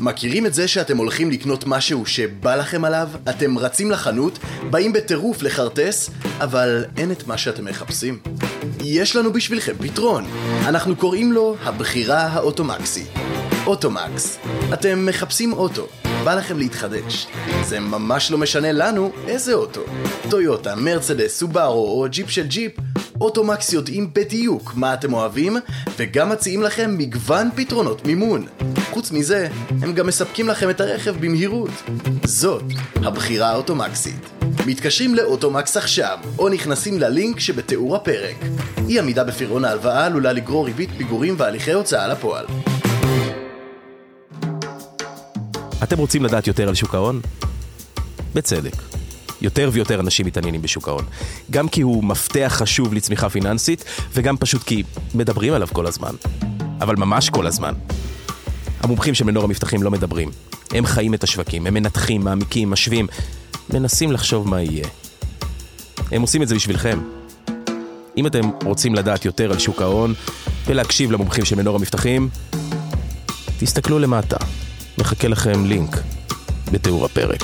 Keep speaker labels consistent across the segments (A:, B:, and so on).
A: מכירים את זה שאתם הולכים לקנות משהו שבא לכם עליו? אתם רצים לחנות, באים בטירוף לחרטס, אבל אין את מה שאתם מחפשים? יש לנו בשבילכם פתרון. אנחנו קוראים לו הבחירה האוטומקסית. אוטומקס. אתם מחפשים אוטו, בא לכם להתחדש. זה ממש לא משנה לנו איזה אוטו. טויוטה, מרצדס, סובארו או ג'יפ של ג'יפ, אוטומקס יודעים בדיוק מה אתם אוהבים, וגם מציעים לכם מגוון פתרונות מימון. חוץ מזה, הם גם מספקים לכם את הרכב במהירות. זאת הבחירה האוטומקסית. מתקשרים לאוטומקס עכשיו, או נכנסים ללינק שבתיאור הפרק. אי עמידה בפירעון ההלוואה עלולה לגרור ריבית פיגורים והליכי הוצאה לפועל.
B: אתם רוצים לדעת יותר על שוק ההון? בצדק. יותר ויותר אנשים מתעניינים בשוק ההון. גם כי הוא מפתח חשוב לצמיחה פיננסית, וגם פשוט כי מדברים עליו כל הזמן. אבל ממש כל הזמן. המומחים של מנור המבטחים לא מדברים. הם חיים את השווקים, הם מנתחים, מעמיקים, משווים, מנסים לחשוב מה יהיה. הם עושים את זה בשבילכם. אם אתם רוצים לדעת יותר על שוק ההון ולהקשיב למומחים של מנור המבטחים, תסתכלו למטה. מחכה לכם לינק בתיאור הפרק.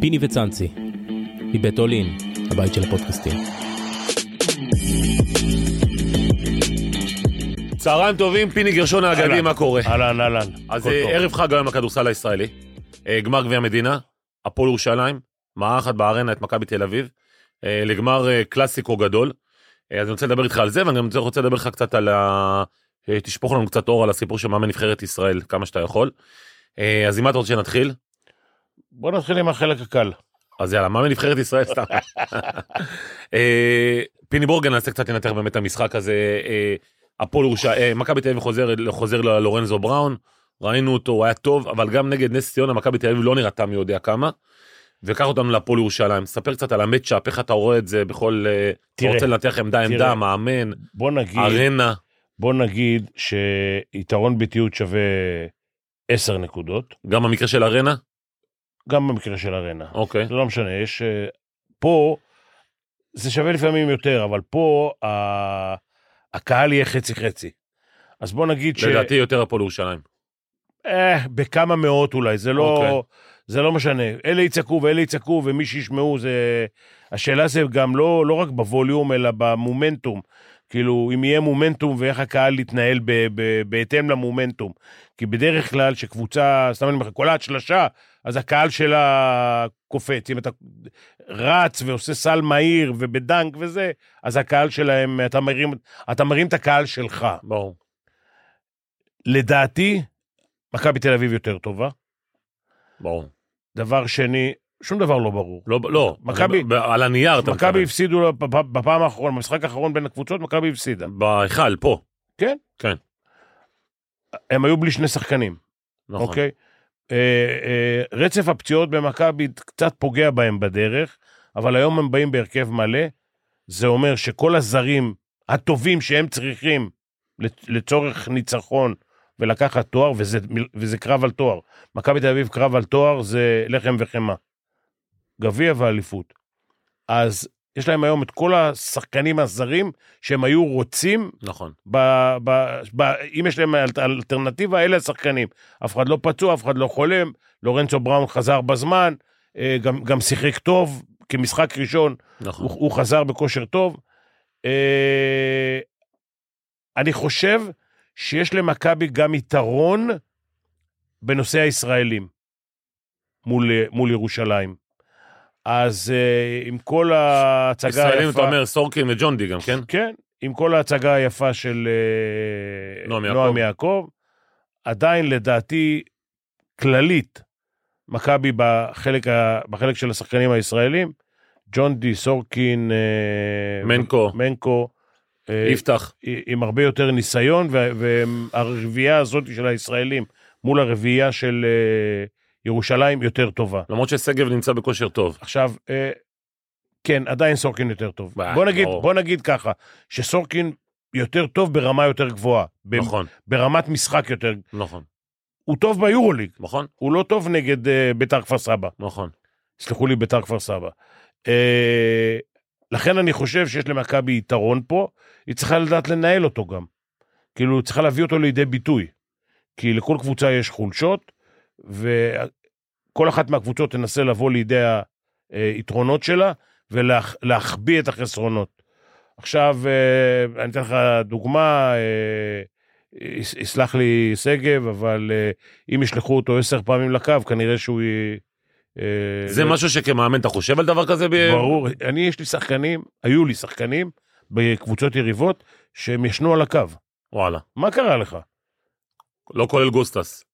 B: פיני וצאנצי, מבית אולין, הבית של הפודקאסטים.
C: צהריים טובים, פיני גרשון האגדי,
D: אהלן.
C: מה קורה?
D: אהלן, אהלן.
C: אז
D: הכל
C: אה,
D: טוב.
C: ערב חג היום לכדורסל הישראלי, אה, גמר גביע המדינה, הפועל ירושלים, מארחת בארנה את מכבי תל אביב, אה, לגמר אה, קלאסיקו גדול. אה, אז אני רוצה לדבר איתך על זה, ואני גם רוצה לדבר איתך קצת על ה... אה, תשפוך לנו קצת אור על הסיפור של מאמן נבחרת ישראל, כמה שאתה יכול. אה, אז עם מה אתה רוצה שנתחיל?
D: בוא נתחיל עם החלק הקל.
C: אז יאללה, מאמן נבחרת ישראל, סתם. אה, פיני בורגן, נעשה קצת לנתח באמת את המשחק הזה. אה, הפועל ירושלים, אה, מכבי תל אביב חוזר, חוזר ללורנזו בראון, ראינו אותו, הוא היה טוב, אבל גם נגד נס ציונה, מכבי תל אביב לא נראתה מי יודע כמה. וקח אותנו לפועל ירושלים, ספר קצת על המצ'אפ, איך אתה רואה את זה בכל... אה, אתה
D: תראה.
C: רוצה לנתח עמדה עמדה,
D: תראה.
C: מאמן,
D: בוא נגיד,
C: ארנה.
D: בוא נגיד שיתרון ביתיות שווה 10 נקודות,
C: גם במקרה של ארנה?
D: גם במקרה של ארנה.
C: אוקיי.
D: זה לא משנה, יש... אה, פה, זה שווה לפעמים יותר, אבל פה ה- הקהל יהיה חצי-חצי. אז בוא נגיד ש...
C: לדעתי יותר הפועל ירושלים.
D: אה, בכמה מאות אולי, זה לא,
C: אוקיי.
D: okay. זה לא משנה. אלה יצעקו ואלה יצעקו, ומי שישמעו זה... השאלה זה גם לא, לא רק בווליום, אלא במומנטום. כאילו, אם יהיה מומנטום ואיך הקהל יתנהל ב- ב- בהתאם למומנטום. כי בדרך כלל, שקבוצה, סתם אני אומר לך, כל ההשלשה, אז הקהל שלה קופץ. אם אתה רץ ועושה סל מהיר ובדנק וזה, אז הקהל שלהם, אתה מרים, אתה מרים את הקהל שלך.
C: ברור.
D: לדעתי, מכבי תל אביב יותר טובה.
C: ברור.
D: דבר שני, שום דבר לא ברור.
C: לא, לא.
D: מכבי-
C: אני- על הנייר אתה
D: מכבי
C: מתכוון.
D: הפסידו בפ- בפעם האחרונה, במשחק האחרון בין הקבוצות, מכבי הפסידה.
C: בהיכל, פה.
D: הם היו בלי שני שחקנים,
C: נכון.
D: אוקיי? אה, אה, רצף הפציעות במכבי קצת פוגע בהם בדרך, אבל היום הם באים בהרכב מלא. זה אומר שכל הזרים הטובים שהם צריכים לצ- לצורך ניצחון ולקחת תואר, וזה, מל- וזה קרב על תואר. מכבי תל אביב קרב על תואר זה לחם וחמאה. גביע ואליפות. אז יש להם היום את כל השחקנים הזרים שהם היו רוצים
C: נכון.
D: ב, ב, ב, אם יש להם אל- אלטרנטיבה, אלה השחקנים. אף אחד לא פצוע, אף אחד לא חולם, לורנצו בראון חזר בזמן, אה, גם, גם שיחק טוב, כמשחק ראשון,
C: נכון.
D: הוא, הוא חזר בכושר טוב. אה, אני חושב שיש למכבי גם יתרון בנושא הישראלים מול, מול ירושלים. אז אה, עם כל ההצגה היפה...
C: ישראלים, אתה אומר, סורקין וג'ונדי גם, כן?
D: כן, עם כל ההצגה היפה של אה,
C: נועם יעקב.
D: נועם יעקב, עדיין לדעתי, כללית, מכבי בחלק, ה, בחלק של השחקנים הישראלים, ג'ון די, סורקין, אה,
C: מנקו,
D: מנקו אה,
C: יפתח,
D: עם הרבה יותר ניסיון, וה- והרביעייה הזאת של הישראלים מול הרביעייה של אה, ירושלים יותר טובה.
C: למרות ששגב נמצא בכושר טוב.
D: עכשיו, אה, כן, עדיין סורקין יותר טוב.
C: אה,
D: בוא נגיד,
C: ברור.
D: בוא נגיד ככה, שסורקין יותר טוב ברמה יותר גבוהה. ב-
C: נכון,
D: ברמת משחק יותר.
C: נכון,
D: הוא טוב ביורוליג,
C: נכון,
D: הוא לא טוב נגד אה, ביתר כפר סבא.
C: נכון.
D: אה, סלחו לי, ביתר כפר סבא. אה, לכן אני חושב שיש למכבי יתרון פה, היא צריכה לדעת לנהל אותו גם. כאילו, צריכה להביא אותו לידי ביטוי. כי לכל קבוצה יש חולשות, וכל אחת מהקבוצות תנסה לבוא לידי היתרונות שלה ולהחביא את החסרונות. עכשיו, אה, אני אתן לך דוגמה, אה, יס- יסלח לי שגב, אבל אה, אם ישלחו אותו עשר פעמים לקו, כנראה שהוא... י- אה,
C: זה
D: לא-
C: משהו שכמאמן אתה חושב על דבר כזה? ב-
D: ברור, אני יש לי שחקנים, היו לי שחקנים בקבוצות יריבות, שהם ישנו על הקו.
C: וואלה.
D: מה קרה לך?
C: לא כולל גוסטס.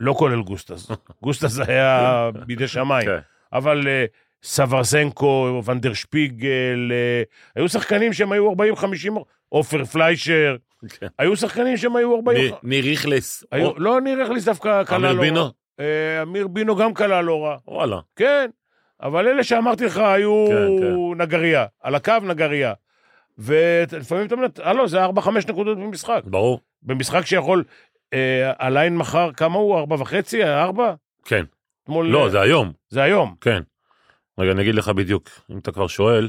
D: לא כולל גוסטס. גוסטס היה בידי שמיים.
C: כן.
D: אבל אה, סברזנקו, ונדר שפיגל, אה, היו שחקנים שהם היו 40-50, עופר פליישר,
C: כן.
D: היו שחקנים שהם היו 40...
C: ניר- ניר ריכלס.
D: היו-
C: או-
D: לא, ניר הכניס דווקא כלל לא
C: אמיר
D: רע.
C: בינו.
D: אה, אמיר בינו גם כלל לא רע,
C: וואלה.
D: כן. אבל אלה שאמרתי לך היו
C: כן,
D: נגרייה, על הקו נגרייה. ולפעמים אתה מנת... הלו, זה 4-5 נקודות במשחק.
C: ברור.
D: במשחק שיכול... אה, הליין מחר, כמה הוא? 4.5? 4?
C: כן.
D: אתמול...
C: לא, זה היום.
D: אה, זה היום.
C: כן. רגע, אני אגיד לך בדיוק, אם אתה כבר שואל.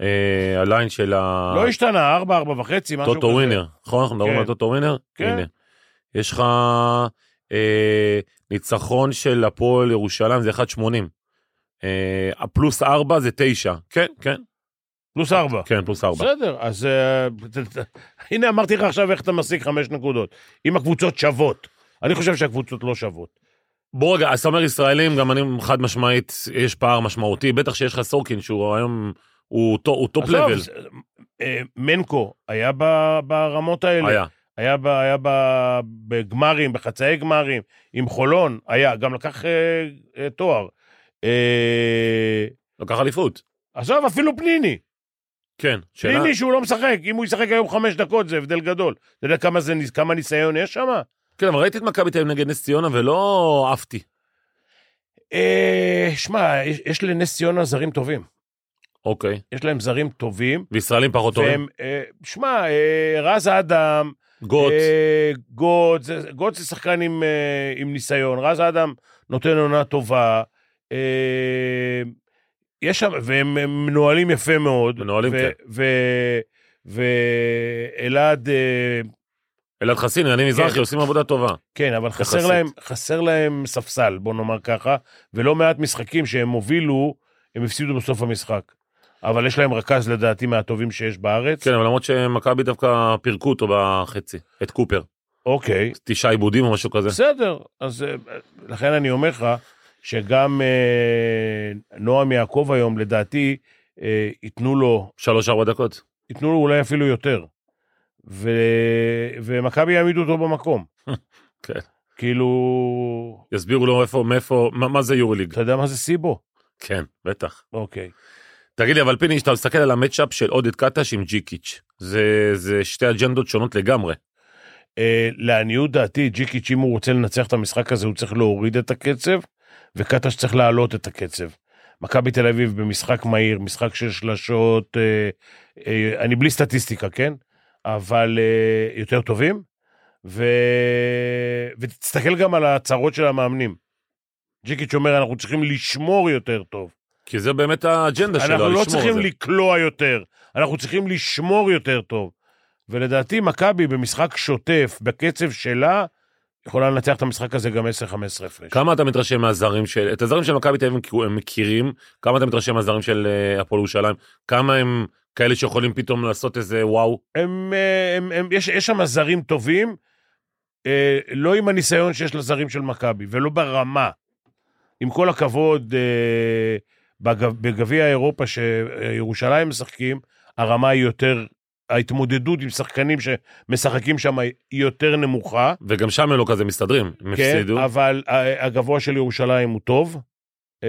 C: אה, הליין של ה...
D: לא השתנה, ארבע, ארבע וחצי, משהו כזה.
C: טוטו ווינר, נכון? אנחנו מדברים
D: כן.
C: על טוטו ווינר?
D: כן.
C: הנה. יש לך אה, ניצחון של הפועל ירושלים, זה 1.80. אה, הפלוס 4 זה 9. כן, כן.
D: פלוס ארבע.
C: כן, פלוס 4.
D: בסדר, אז אה, ת- ת- הנה אמרתי לך עכשיו איך אתה משיג חמש נקודות. אם הקבוצות שוות. אני חושב שהקבוצות לא שוות.
C: בוא רגע, אז אתה אומר ישראלים, גם אני חד משמעית, יש פער משמעותי. בטח שיש לך סורקין, שהוא היום, הוא טו- הוא טופ
D: עזוב,
C: לבל.
D: זה- אה, מנקו היה ב- ברמות האלה.
C: היה.
D: היה, ב, היה ב, בגמרים, בחצאי גמרים, עם חולון, היה, גם לקח אה, אה, תואר. אה,
C: לקח אליפות.
D: עזוב, אפילו פניני.
C: כן. שאלה.
D: פניני שהוא לא משחק, אם הוא ישחק היום חמש דקות זה הבדל גדול. אתה יודע כמה, זה, ניס- כמה ניסיון יש שם?
C: כן, אבל ראיתי את מכבי תל אביב נגד נס ציונה ולא עפתי.
D: אה, שמע, יש, יש לנס ציונה זרים טובים.
C: אוקיי.
D: יש להם זרים טובים.
C: וישראלים פחות טובים.
D: והם, אה, שמע, אה, רז אדם,
C: גוט.
D: אה, גוט, זה, גוט זה שחקן עם, אה, עם ניסיון, רז אדם נותן עונה טובה, אה, יש שם, והם הם מנוהלים יפה מאוד.
C: מנוהלים,
D: ו-
C: כן.
D: ו- ואלעד, אה,
C: אלעד חסין, אני מזרחי, עושים עבודה טובה.
D: כן, אבל חסר
C: יחסית.
D: להם, חסר להם ספסל, בוא נאמר ככה, ולא מעט משחקים שהם הובילו, הם הפסידו בסוף המשחק. אבל יש להם רכז, לדעתי, מהטובים שיש בארץ.
C: כן, אבל למרות שמכבי דווקא פירקו אותו בחצי, את קופר.
D: אוקיי.
C: תשעה עיבודים או משהו כזה.
D: בסדר, אז אה, לכן אני אומר לך שגם אה, נועם יעקב היום, לדעתי, אה, ייתנו לו,
C: שלוש ארבע דקות.
D: ייתנו לו אולי אפילו יותר. ו... ומכבי יעמידו אותו במקום.
C: כן.
D: כאילו,
C: יסבירו לו איפה, מאיפה, מה, מה זה יורוליג.
D: אתה יודע מה זה סיבו?
C: כן, בטח.
D: אוקיי.
C: תגיד לי, אבל פיני, כשאתה מסתכל על המצ'אפ של עודד קטש עם ג'יקיץ', זה, זה שתי אג'נדות שונות לגמרי.
D: אה, לעניות דעתי, ג'יקיץ', אם הוא רוצה לנצח את המשחק הזה, הוא צריך להוריד את הקצב, וקטש צריך להעלות את הקצב. מכבי תל אביב במשחק מהיר, משחק של שלשות, אה, אה, אני בלי סטטיסטיקה, כן? אבל אה, יותר טובים. ו... ותסתכל גם על ההצהרות של המאמנים. ג'יקיץ' אומר, אנחנו צריכים לשמור יותר טוב.
C: כי זה באמת האג'נדה שלו,
D: אנחנו לא
C: לשמור
D: צריכים
C: זה.
D: לקלוע יותר, אנחנו צריכים לשמור יותר טוב. ולדעתי מכבי במשחק שוטף, בקצב שלה, יכולה לנצח את המשחק הזה גם 10-15 הפרש.
C: כמה אתה מתרשם מהזרים של, את הזרים של מכבי תל אביב הם מכירים, כמה אתה מתרשם מהזרים של אה, הפועל ירושלים, כמה הם כאלה שיכולים פתאום לעשות איזה וואו.
D: הם, אה, הם, הם, יש, יש שם זרים טובים, אה, לא עם הניסיון שיש לזרים של מכבי, ולא ברמה. עם כל הכבוד, אה, בגב- בגביע אירופה שירושלים משחקים, הרמה היא יותר, ההתמודדות עם שחקנים שמשחקים שם היא יותר נמוכה.
C: וגם שם הם לא כזה מסתדרים, הם
D: כן,
C: הפסידו.
D: אבל ה- הגבוה של ירושלים הוא טוב. אה,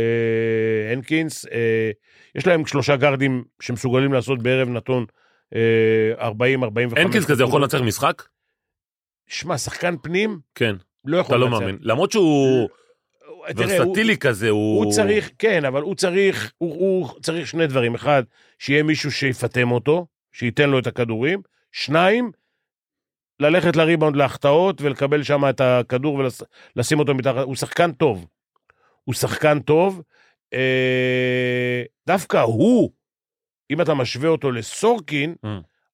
D: הנקינס, אה, יש להם שלושה גארדים שמסוגלים לעשות בערב נתון אה, 40-45.
C: הנקינס כזה יכול לנצח משחק?
D: שמע, שחקן פנים
C: כן,
D: לא יכול
C: אתה לא
D: לנצח.
C: מאמין. למרות שהוא
D: הוא- תראה, הוא-
C: ורסטילי כזה, הוא...
D: הוא צריך, כן, אבל הוא צריך, הוא, הוא צריך שני דברים. אחד, שיהיה מישהו שיפטם אותו, שייתן לו את הכדורים. שניים, ללכת לריבאונד להחטאות ולקבל שם את הכדור ולשים אותו מתחת. הוא שחקן טוב. הוא שחקן טוב. אה, דווקא הוא,
C: אה.
D: אם אתה משווה אותו לסורקין,
C: Mm.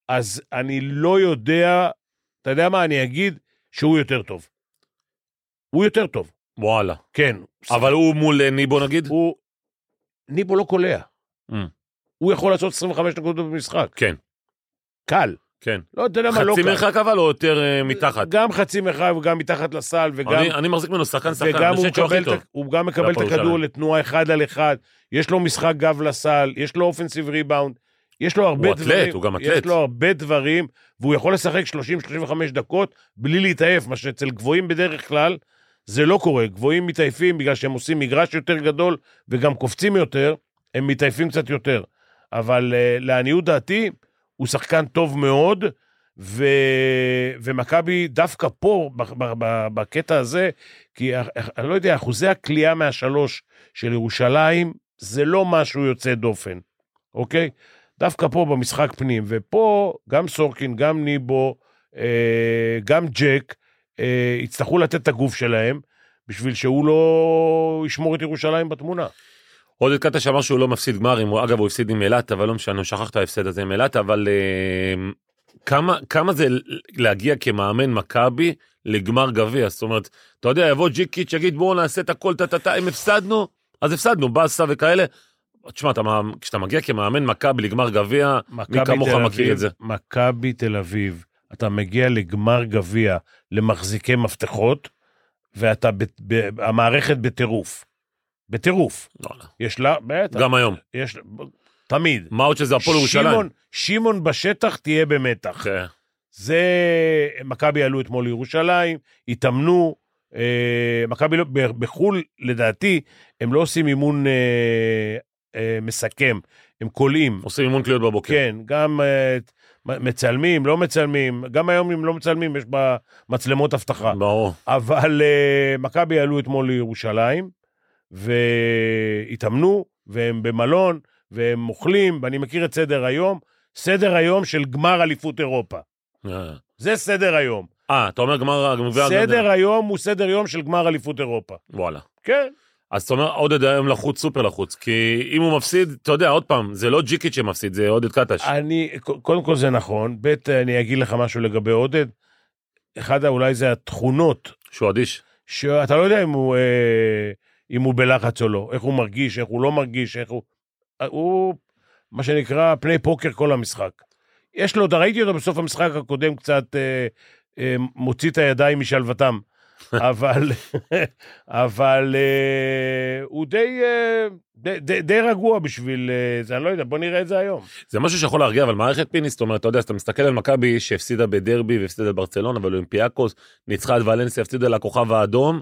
D: אז אני לא יודע אתה יודע מה, אני אגיד שהוא יותר טוב. הוא יותר טוב,
C: וואלה.
D: כן.
C: אבל הוא מול אה, ניבו נגיד?
D: הוא... ניבו לא קולע.
C: Mm.
D: הוא יכול לעשות 25 נקודות במשחק.
C: כן,
D: קל.
C: כן.
D: לא, אתה יודע מה, לא
C: חצי
D: קל.
C: מרחק אבל או יותר אה, מתחת?
D: גם חצי מרחק וגם מתחת לסל, וגם...
C: אני- אני מחזיק ממנו שחקן שחקן,
D: וגם
C: אני
D: הוא,
C: חושב שהוא
D: מקבל
C: הכי
D: את,
C: טוב.
D: ה- הוא גם מקבל את
C: בהפועל
D: הכדור
C: ירושלים.
D: לתנועה אחד על אחד, יש לו משחק גב לסל, יש לו אופנסיב ריבאונד, יש לו הרבה
C: הוא אתלט,
D: דברים.
C: הוא גם
D: יש
C: אתלט.
D: לו הרבה דברים, והוא יכול לשחק 30-35 דקות בלי להתעייף, מה שאצל גבוהים בדרך כלל זה לא קורה. גבוהים מתעייפים בגלל שהם עושים מגרש יותר גדול וגם קופצים יותר, הם מתעייפים קצת יותר. אבל אה, לעניות דעתי, הוא שחקן טוב מאוד, ו... ומכבי דווקא פה, ב- ב- ב- בקטע הזה, כי ה- ה- אני לא יודע, אחוזי הכלייה מהשלוש של ירושלים, זה לא משהו יוצא דופן, אוקיי? דווקא פה במשחק פנים, ופה גם סורקין, גם ניבו, אה, גם ג'ק, אה, יצטרכו לתת את הגוף שלהם, בשביל שהוא לא ישמור את ירושלים בתמונה.
C: עודד קטש אמר שהוא לא מפסיד גמרים, הוא- אגב הוא הפסיד עם אילת, אבל לא משנה, הוא שכח את ההפסד הזה עם אילת, אבל אה, כמה, כמה זה להגיע כמאמן מכבי לגמר גביע? זאת אומרת, אתה יודע, יבוא ג'יקיץ', יגיד בואו נעשה את הכל, טה-טה-טה, אם הפסדנו, אז הפסדנו, באסה וכאלה. תשמע, אתה מאמ- כשאתה מגיע כמאמן מכבי לגמר גביע,
D: מכבי
C: מי כמוך
D: תל
C: מכיר
D: אביב-
C: את זה.
D: מכבי תל אביב, אתה מגיע לגמר גביע למחזיקי מפתחות, ואתה, ב, ב, המערכת בטירוף. בטירוף.
C: וואלה,
D: יש לה, בטח,
C: גם היום.
D: יש, לה- תמיד.
C: לא. מה עוד שזה הפועל ירושלים.
D: שמעון, שמעון בשטח תהיה במתח.
C: כן.
D: זה, מכבי עלו אתמול לירושלים, התאמנו, אה, מכבי לא, ב- בחו"ל, לדעתי, הם לא עושים אימון אה, אה, מסכם, הם כולאים.
C: עושים אימון קליות בבוקר.
D: כן, גם אה, מצלמים, לא מצלמים, גם היום אם לא מצלמים יש בה מצלמות אבטחה.
C: ברור.
D: אבל אה, מכבי עלו אתמול לירושלים, והתאמנו, והם במלון, והם אוכלים, ואני מכיר את סדר היום, סדר היום של גמר אליפות אירופה.
C: אה,
D: זה סדר היום.
C: אה, אתה אומר גמר גביע...
D: סדר היום הוא סדר יום של גמר אליפות אירופה.
C: וואלה.
D: כן.
C: אז אתה אומר, עודד היום לחוץ, סופר לחוץ. כי אם הוא מפסיד, אתה יודע, עוד פעם, זה לא ג'יקיץ' שמפסיד, זה עודד קטש.
D: אני, ק- קודם כל זה נכון, ב', אני אגיד לך משהו לגבי עודד. אחד, אולי זה התכונות
C: שהוא אדיש.
D: שאתה לא יודע אם הוא, אה, אם הוא בלחץ או לא, איך הוא מרגיש, איך הוא לא מרגיש, איך הוא... אה, הוא, מה שנקרא, פני פוקר כל המשחק. יש לו, ראיתי אותו בסוף המשחק הקודם קצת אה, אה, מוציא את הידיים משלוותם, אבל, אבל אה, הוא די, אה, די, די, די רגוע בשביל אה, זה, אני לא יודע, בוא נראה את זה היום.
C: זה משהו שיכול להרגיע, אבל מערכת פיניס, זאת אומרת, אתה יודע, אז אתה מסתכל על מכבי שהפסידה בדרבי והפסידה לברצלונה ולאולימפיאקוס, ניצחה את ולנסיה, הפסידה לכוכב האדום.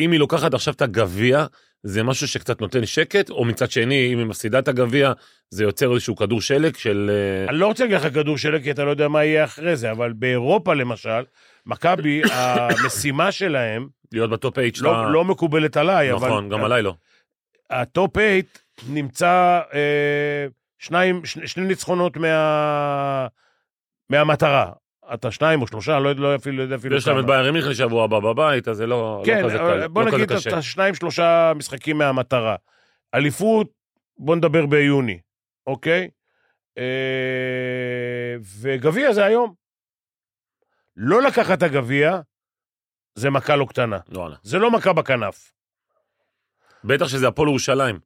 C: אם היא לוקחת עכשיו את הגביע, זה משהו שקצת נותן שקט, או מצד שני, אם היא מפסידה את הגביע, זה יוצר איזשהו כדור שלג של... אה,
D: אני לא רוצה להגיד לך כדור שלג, כי אתה לא יודע מה יהיה אחרי זה, אבל באירופה למשל, מכבי, המשימה שלהם,
C: להיות בטופ 8 שלה.
D: לא, לא מקובלת עליי, אבל...
C: אה,
D: אה,
C: נכון, גם עליי לא.
D: הטופ 8 נמצא אה, שניים, ש, שני ניצחונות מה, מהמטרה. אתה שניים או שלושה, לא, יודע- לא אפילו, לא יודע אפילו
C: יש להם את ביירן מיכלי שבוע הבא בבית, אז זה לא לא
D: כן,
C: כזה קל,
D: אבל בוא
C: לא כזה
D: נגיד
C: קשה.
D: אתה שניים, שלושה משחקים מהמטרה. אליפות, בוא נדבר ביוני, אוקיי? אה, וגביע זה היום. לא לקחת את הגביע, זה מכה לא קטנה.
C: וואלה.
D: זה לא מכה בכנף.
C: בטח שזה הפועל ירושלים.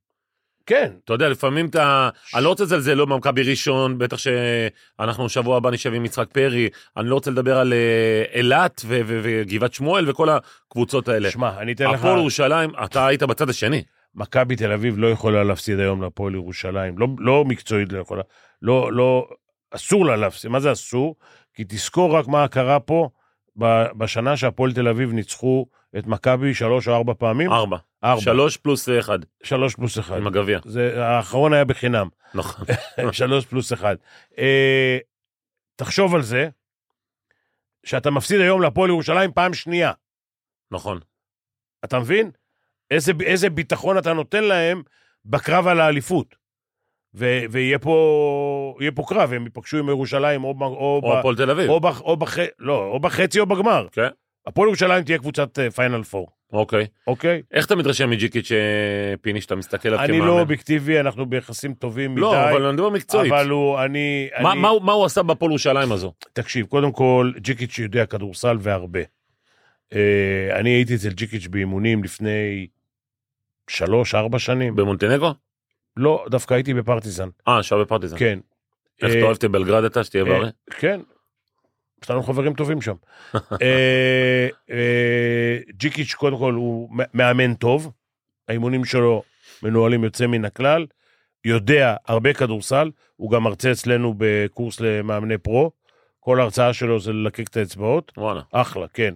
D: כן,
C: אתה יודע, לפעמים אתה... אני לא רוצה לזלזל לא במכבי ראשון, בטח שאנחנו שבוע הבא נשב עם יצחק פרי, אני לא רוצה לדבר על אה, אילת ו- ו- וגבעת שמואל וכל הקבוצות האלה.
D: שמע, אני אתן לך...
C: הפועל ירושלים, אתה היית בצד השני.
D: מכבי תל אביב לא יכולה להפסיד היום להפועל ירושלים, לא, לא מקצועית לא יכולה, לא, לא, אסור לה להפסיד, מה זה אסור? כי תזכור רק מה קרה פה ב- בשנה שהפועל תל אביב ניצחו את מכבי שלוש או ארבע פעמים,
C: ארבע.
D: ארבע, אוקיי.
C: שלוש פלוס אחד,
D: שלוש פלוס אחד,
C: עם הגביע.
D: זה, האחרון היה בחינם,
C: נכון.
D: שלוש פלוס אחד. אה, תחשוב על זה, שאתה מפסיד היום להפועל ירושלים פעם שנייה.
C: נכון.
D: אתה מבין? איזה, איזה ביטחון אתה נותן להם בקרב על האליפות. ו, ויהיה פה, יהיה פה קרב, הם ייפגשו עם ירושלים או, ב- או,
C: או
D: ב-
C: הפועל תל אביב.
D: או, בח, או, בח, לא, או בחצי או בגמר.
C: כן.
D: הפועל ירושלים תהיה קבוצת פיינל פור,
C: אוקיי.
D: אוקיי?
C: איך אתה מתרשם מג'יקיץ' אה, פיני, שאתה מסתכל עליו
D: אני
C: כמאמן?
D: לא אובייקטיבי, אנחנו ביחסים טובים מדי.
C: לא, אבל אני מדבר מקצועית.
D: אבל הוא, אני...
C: מה-
D: אני-
C: מה הוא- מה הוא עשה בפועל ירושלים הזו?
D: תקשיב, קודם כל, ג'יקיץ' יודע כדורסל והרבה. אה, אני הייתי אצל ג'יקיץ' באימונים לפני שלוש, ארבע שנים.
C: במונטנגו?
D: לא, דווקא הייתי בפרטיזן.
C: אה, שעה בפרטיזן.
D: כן.
C: איך
D: אה,
C: אתה אוהב את בלגרד אתה, שתהיה
D: אה,
C: בריא?
D: כן. יש לנו חברים טובים שם. אה, אה, ג'יקיץ', קודם כל, הוא מ- מאמן טוב. האימונים שלו מנוהלים יוצא מן הכלל. יודע הרבה כדורסל. הוא גם מרצה אצלנו בקורס למאמני פרו. כל ההרצאה שלו זה ללקק את האצבעות.
C: וואלה.
D: אחלה, כן.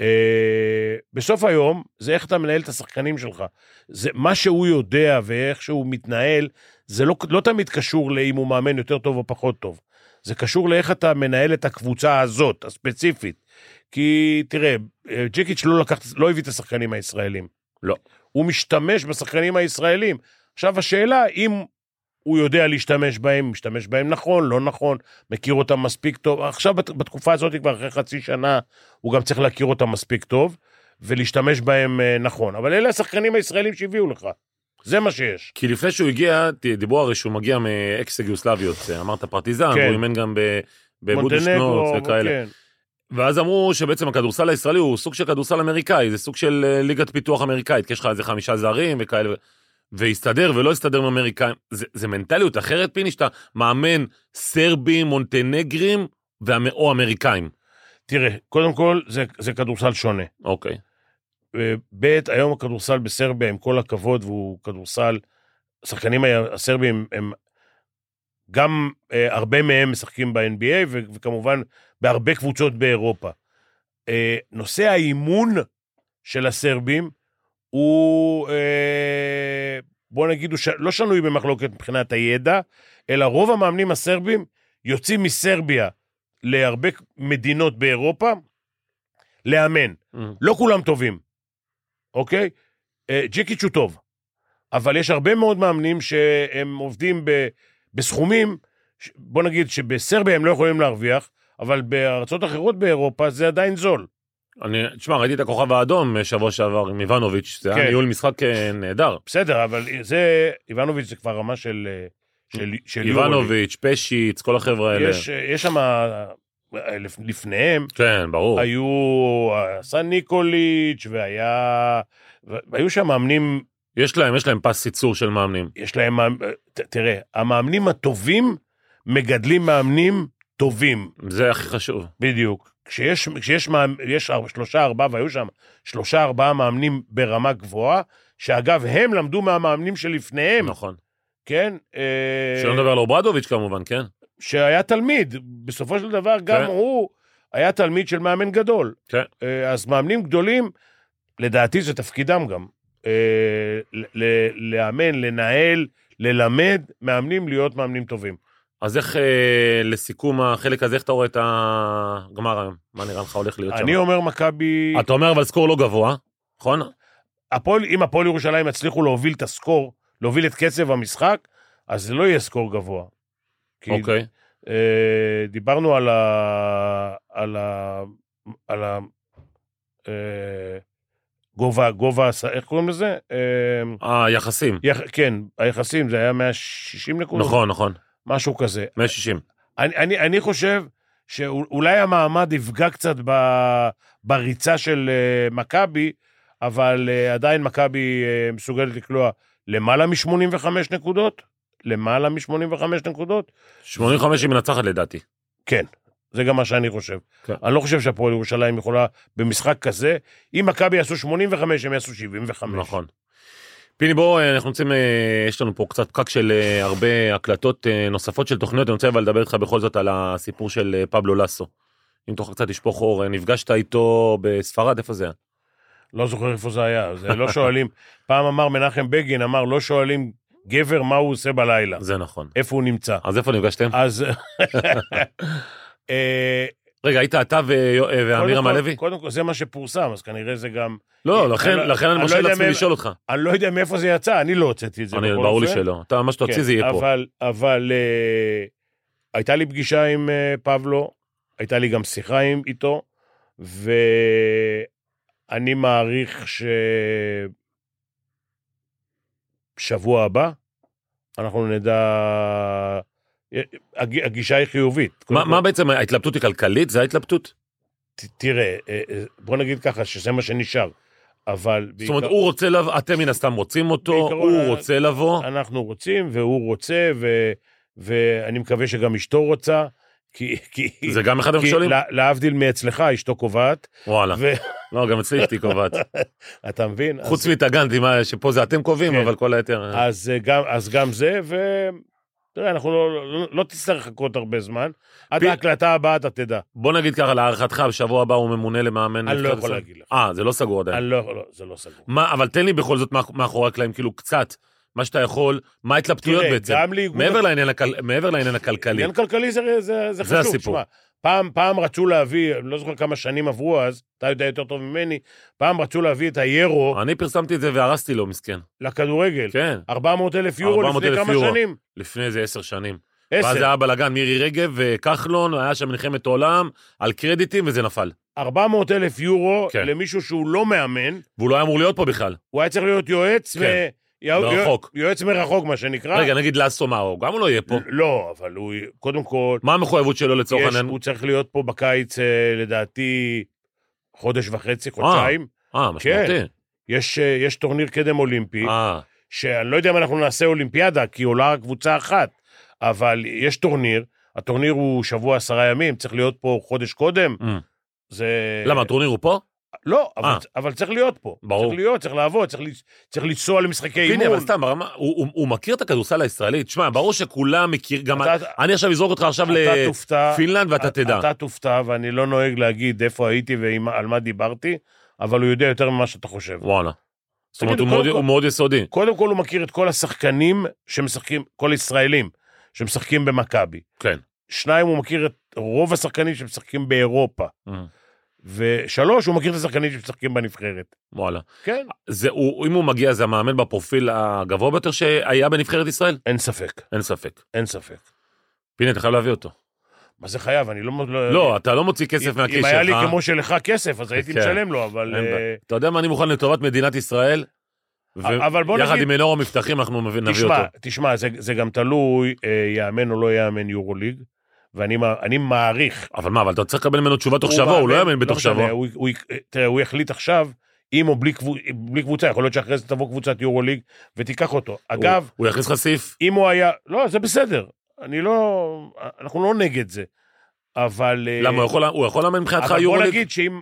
D: אה, בסוף היום, זה איך אתה מנהל את השחקנים שלך. זה מה שהוא יודע ואיך שהוא מתנהל, זה לא, לא תמיד קשור לאם הוא מאמן יותר טוב או פחות טוב. זה קשור לאיך אתה מנהל את הקבוצה הזאת, הספציפית. כי תראה, אה, ג'יקיץ' לא, לקח, לא הביא את השחקנים הישראלים.
C: לא.
D: הוא משתמש בשחקנים הישראלים. עכשיו השאלה, אם הוא יודע להשתמש בהם, משתמש בהם נכון, לא נכון, מכיר אותם מספיק טוב. עכשיו, בת- בתקופה הזאת, כבר אחרי חצי שנה, הוא גם צריך להכיר אותם מספיק טוב, ולהשתמש בהם אה, נכון. אבל אלה השחקנים הישראלים שהביאו לך. זה מה שיש.
C: כי לפני שהוא הגיע, ת- דיברו הרי שהוא מגיע מאקס יוגוסלביות, אה, אמרת פרטיזן,
D: כן.
C: הוא אימן גם ב-
D: מונטנגרו,
C: בבודשנוץ וכאלה.
D: כן.
C: ואז אמרו שבעצם הכדורסל הישראלי הוא סוג של כדורסל אמריקאי, זה סוג של אה, ליגת פיתוח אמריקאית, כי יש לך איזה חמישה זרים וכאלה, ו- והסתדר ולא הסתדר עם אמריקאים. זה, זה מנטליות אחרת, פיני, שאתה מאמן סרבים, מונטנגרים והמ- או אמריקאים.
D: תראה, קודם כל, זה, זה כדורסל שונה.
C: אוקיי.
D: אה, ב', היום הכדורסל בסרביה, עם כל הכבוד, והוא כדורסל... השחקנים ה- הסרבים הם... גם אה, הרבה מהם משחקים ב-NBA, ו- וכמובן בהרבה קבוצות באירופה. אה, נושא האימון של הסרבים הוא, אה, בוא נגיד, הוא ש... לא שנוי במחלוקת מבחינת הידע, אלא רוב המאמנים הסרבים יוצאים מסרביה להרבה מדינות באירופה לאמן.
C: Mm.
D: לא כולם טובים, אוקיי? אה, ג'יקיץ' הוא טוב, אבל יש הרבה מאוד מאמנים שהם עובדים ב, בסכומים, ש- בוא נגיד שבסרביה הם לא יכולים להרוויח, אבל בארצות אחרות באירופה זה עדיין זול.
C: אני, תשמע, ראיתי את הכוכב האדום אה, שבוע שעבר עם איבנוביץ', זה
D: כן.
C: היה ניהול משחק אה, נהדר.
D: בסדר, אבל זה, איבנוביץ' זה כבר רמה של... אה, של, של יורוליג.
C: איבנוביץ', פשיץ, כל החבר'ה האלה.
D: יש, אה, יש שם, לפניהם,
C: כן, ברור.
D: היו סן ניקוליץ' והיה, והיו שם מאמנים
C: יש להם, יש להם פס ייצור של מאמנים.
D: יש להם, מאמ- אה, ת- תראה, המאמנים הטובים מגדלים מאמנים טובים,
C: זה הכי חשוב.
D: בדיוק. כשיש, כשיש מאמ, יש אר- שלושה, ארבעה, והיו שם שלושה, ארבעה מאמנים ברמה גבוהה, שאגב, הם למדו מהמאמנים שלפניהם,
C: נכון.
D: כן? אה,
C: שלא נדבר על אוברדוביץ' כמובן, כן?
D: שהיה תלמיד, בסופו של דבר גם
C: כן.
D: הוא היה תלמיד של מאמן גדול.
C: כן.
D: אה, אז מאמנים גדולים, לדעתי זה תפקידם גם, אה, ל- ל- לאמן, לנהל, ללמד מאמנים להיות מאמנים טובים.
C: אז איך, אה, לסיכום החלק הזה, איך אתה רואה את הגמר היום? מה נראה לך הולך להיות שם?
D: אני אומר מכבי,
C: אתה אומר אבל סקור לא גבוה, נכון?
D: הפועל- אם הפועל ירושלים יצליחו להוביל את הסקור, להוביל את קצב המשחק, אז זה לא יהיה סקור גבוה. כי,
C: אוקיי.
D: אה, דיברנו על ה... על ה... על ה... אה, גובה, גובה, הס- איך קוראים לזה? אה,
C: אה, יחסים.
D: יח, כן, היחסים, זה היה 160 נקודות,
C: נכון, נכון.
D: משהו כזה.
C: 160.
D: אני, אני, אני חושב שאולי המעמד יפגע קצת ב, בריצה של אה, מכבי, אבל אה, עדיין מכבי אה, מסוגלת לקלוע למעלה מ-85 נקודות, למעלה מ-85 נקודות,
C: 85 היא מנצחת לדעתי.
D: כן, זה גם מה שאני חושב.
C: כן.
D: אני לא חושב שהפועל ירושלים יכולה במשחק כזה, אם מכבי יעשו 85, הם יעשו 75.
C: נכון. פיני, בוא, אה, אנחנו רוצים, אה, יש לנו פה קצת פקק של אה, הרבה הקלטות אה, נוספות של תוכניות, אני רוצה אבל לדבר איתך בכל זאת על הסיפור של אה, פבלו לסו. אם תוכל קצת לשפוך אור, אה, נפגשת איתו בספרד, איפה זה היה?
D: לא זוכר איפה זה היה, זה לא שואלים. פעם אמר מנחם בגין, אמר, לא שואלים גבר מה הוא עושה בלילה,
C: זה נכון.
D: איפה הוא נמצא.
C: אז איפה נפגשתם?
D: אז... אה,
C: רגע, היית אתה ויו- אה, ואמירם
D: קודם כל-
C: הלוי?
D: קודם כל, זה מה שפורסם, אז כנראה זה גם...
C: לא, לכן,
D: אני לא-
C: לכן אני
D: אני
C: מרשה
D: לא יודע
C: לעצמי
D: מי-
C: לשאול אותך.
D: אני לא יודע מאיפה זה יצא, אני לא הוצאתי את זה.
C: אני,
D: בכל
C: ברור לי
D: אופן.
C: שלא. אתה, מה שתוציא
D: כן,
C: זה יהיה פה.
D: אבל, אבל אה, הייתה לי פגישה עם אה, פבלו, הייתה לי גם שיחה עם, איתו, ואני מעריך שבשבוע הבא אנחנו נדע... הג- הגישה היא חיובית.
C: מה-
D: קודם
C: מה
D: כל,
C: בעצם, ההתלבטות היא כלכלית? זה ההתלבטות?
D: ת- תראה, אה, אה, בוא נגיד ככה, שזה מה שנשאר, אבל...
C: זאת אומרת, הוא רוצה לבוא, אתם מן הסתם רוצים אותו,
D: בעיקרון,
C: הוא
D: אה,
C: רוצה לבוא.
D: אנחנו רוצים, והוא רוצה, ו, ואני מקווה שגם אשתו רוצה, כי... כי
C: זה גם אחד
D: כי
C: המכשולים?
D: לה- להבדיל מאצלך, אשתו קובעת,
C: וואלה.
D: כן, ו-
C: לא, גם אצלי אשתי קובעת.
D: אתה מבין?
C: חוץ מטגנטי, מה- שפה זה אתם קובעים,
D: כן.
C: אבל כל היתר...
D: אז, אז, אה, גם, אז גם זה, ו... תראה, אנחנו לא, לא, לא תצטרך לחכות הרבה זמן. עד
C: פי-
D: ההקלטה הבאה אתה תדע.
C: בוא נגיד ככה, להערכתך, בשבוע הבא הוא ממונה למאמן.
D: אני לא
C: נבחרת
D: יכול
C: ישראל.
D: להגיד לך.
C: אה, זה לא סגור עדיין.
D: אני לא, לא, זה לא סגור.
C: מה, אבל תן לי בכל זאת מאח- מאחורי הקלעים, כאילו קצת, מה שאתה יכול, מה ההתלבטויות
D: תראה,
C: בעצם.
D: גם לאיגוד...
C: מעבר לעניין הכל- מעבר לעניין הכלכלי.
D: עניין כלכלי זה, זה, זה
C: זה
D: חשוב.
C: הסיפור.
D: תשמע, פעם, פעם רצו להביא, אני לא זוכר כמה שנים עברו אז, אתה יודע יותר טוב ממני, פעם רצו להביא את היורו
C: אני פרסמתי את זה והרסתי לו, מסכן.
D: לכדורגל.
C: אה. כן,
D: 400 אלף יורו
C: 400,000
D: לפני כמה
C: יורו.
D: שנים.
C: לפני איזה עשר שנים. ואז
D: עשר.
C: היה בלאגן, מירי רגב וכחלון, היה שם מלחמת עולם על קרדיטים וזה נפל.
D: 400 אלף יורו
C: כן.
D: למישהו שהוא לא מאמן,
C: והוא לא היה אמור להיות פה בכלל.
D: הוא היה צריך להיות יועץ
C: כן.
D: ו... יוע-
C: מרחוק.
D: יועץ מרחוק, מה שנקרא.
C: רגע, נגיד לאסו מאו, גם הוא לא יהיה פה.
D: לא, אבל הוא, קודם כל,
C: מה המחויבות שלו לצורך
D: יש,
C: העניין?
D: הוא צריך להיות פה בקיץ, אה, לדעתי, חודש וחצי, חודשיים.
C: אה,
D: כן.
C: משמעותי.
D: יש, אה, יש טורניר קדם אולימפי,
C: אה,
D: שאני לא יודע אם אנחנו נעשה אולימפיאדה, כי עולה רק קבוצה אחת, אבל יש טורניר, הטורניר הוא שבוע עשרה ימים, צריך להיות פה חודש קודם.
C: אמ.
D: זה...
C: למה, הטורניר הוא פה?
D: לא, אבל,
C: אה.
D: אבל צריך להיות פה.
C: ברור.
D: צריך להיות, צריך לעבוד, צריך, לס- צריך לנסוע למשחקי אה, אימון.
C: פיני, אבל סתם, ברמה, הוא- הוא הוא מכיר את הכדורסל הישראלי? תשמע, ברור שכולם מכיר, גם
D: אתה-
C: אני עכשיו אזרוק אותך עכשיו
D: אתה תופתע.
C: לפינלנד ואתה
D: אתה-
C: תדע.
D: אתה תופתע, ואני לא נוהג להגיד איפה הייתי ועל מה דיברתי, אבל הוא יודע יותר ממה שאתה חושב.
C: וואלה. זאת אומרת,
D: תגידו,
C: הוא מאוד-
D: קודם כל-
C: הוא מאוד יסודי.
D: קודם כל הוא מכיר את כל השחקנים שמשחקים, כל ישראלים שמשחקים במכבי.
C: כן.
D: שניים, הוא מכיר את רוב השחקנים שמשחקים באירופה.
C: אמ,
D: ושלוש, הוא מכיר את השחקנים שמשחקים בנבחרת.
C: וואלה.
D: כן.
C: זה, הוא, אם הוא מגיע, זה המאמן בפרופיל הגבוה ביותר שהיה בנבחרת ישראל?
D: אין ספק,
C: אין ספק.
D: אין ספק.
C: פיני, אתה חייב להביא אותו.
D: מה זה חייב? אני לא...
C: לא, אתה לא מוציא כסף
D: אם-
C: מהכיס
D: אם היה לי
C: שלך.
D: כמו שלך כסף, אז הייתי
C: כן.
D: משלם לו, אבל...
C: אין בעיה.
D: אה,
C: אתה יודע מה אני מוכן לטובת מדינת ישראל?
D: אבל בוא
C: יחד
D: נגיד-
C: עם מנור המבטחים אנחנו מביא- נביא
D: תשמע,
C: אותו.
D: תשמע, זה, זה גם תלוי, אה, יאמן או לא יאמן יורוליג, ואני מע- אני מעריך.
C: אבל מה, אבל אתה צריך לקבל ממנו תשובה תוך שבוע, הוא לא יאמן בתוך
D: משנה,
C: שבוע.
D: הוא, הוא, תראה, הוא יחליט עכשיו, עם או בלי, קבו, בלי קבוצה, יכול להיות שאחרי זה תבוא קבוצת יורוליג ותיקח אותו.
C: הוא-
D: אגב,
C: הוא יכניס לך סעיף.
D: אם הוא היה... לא, זה בסדר. אני לא... אנחנו לא נגד זה. אבל... אה,
C: למה, הוא יכול- הוא יכול לאמן מבחינתך
D: אבל בוא
C: יורוליג?
D: נגיד שאם...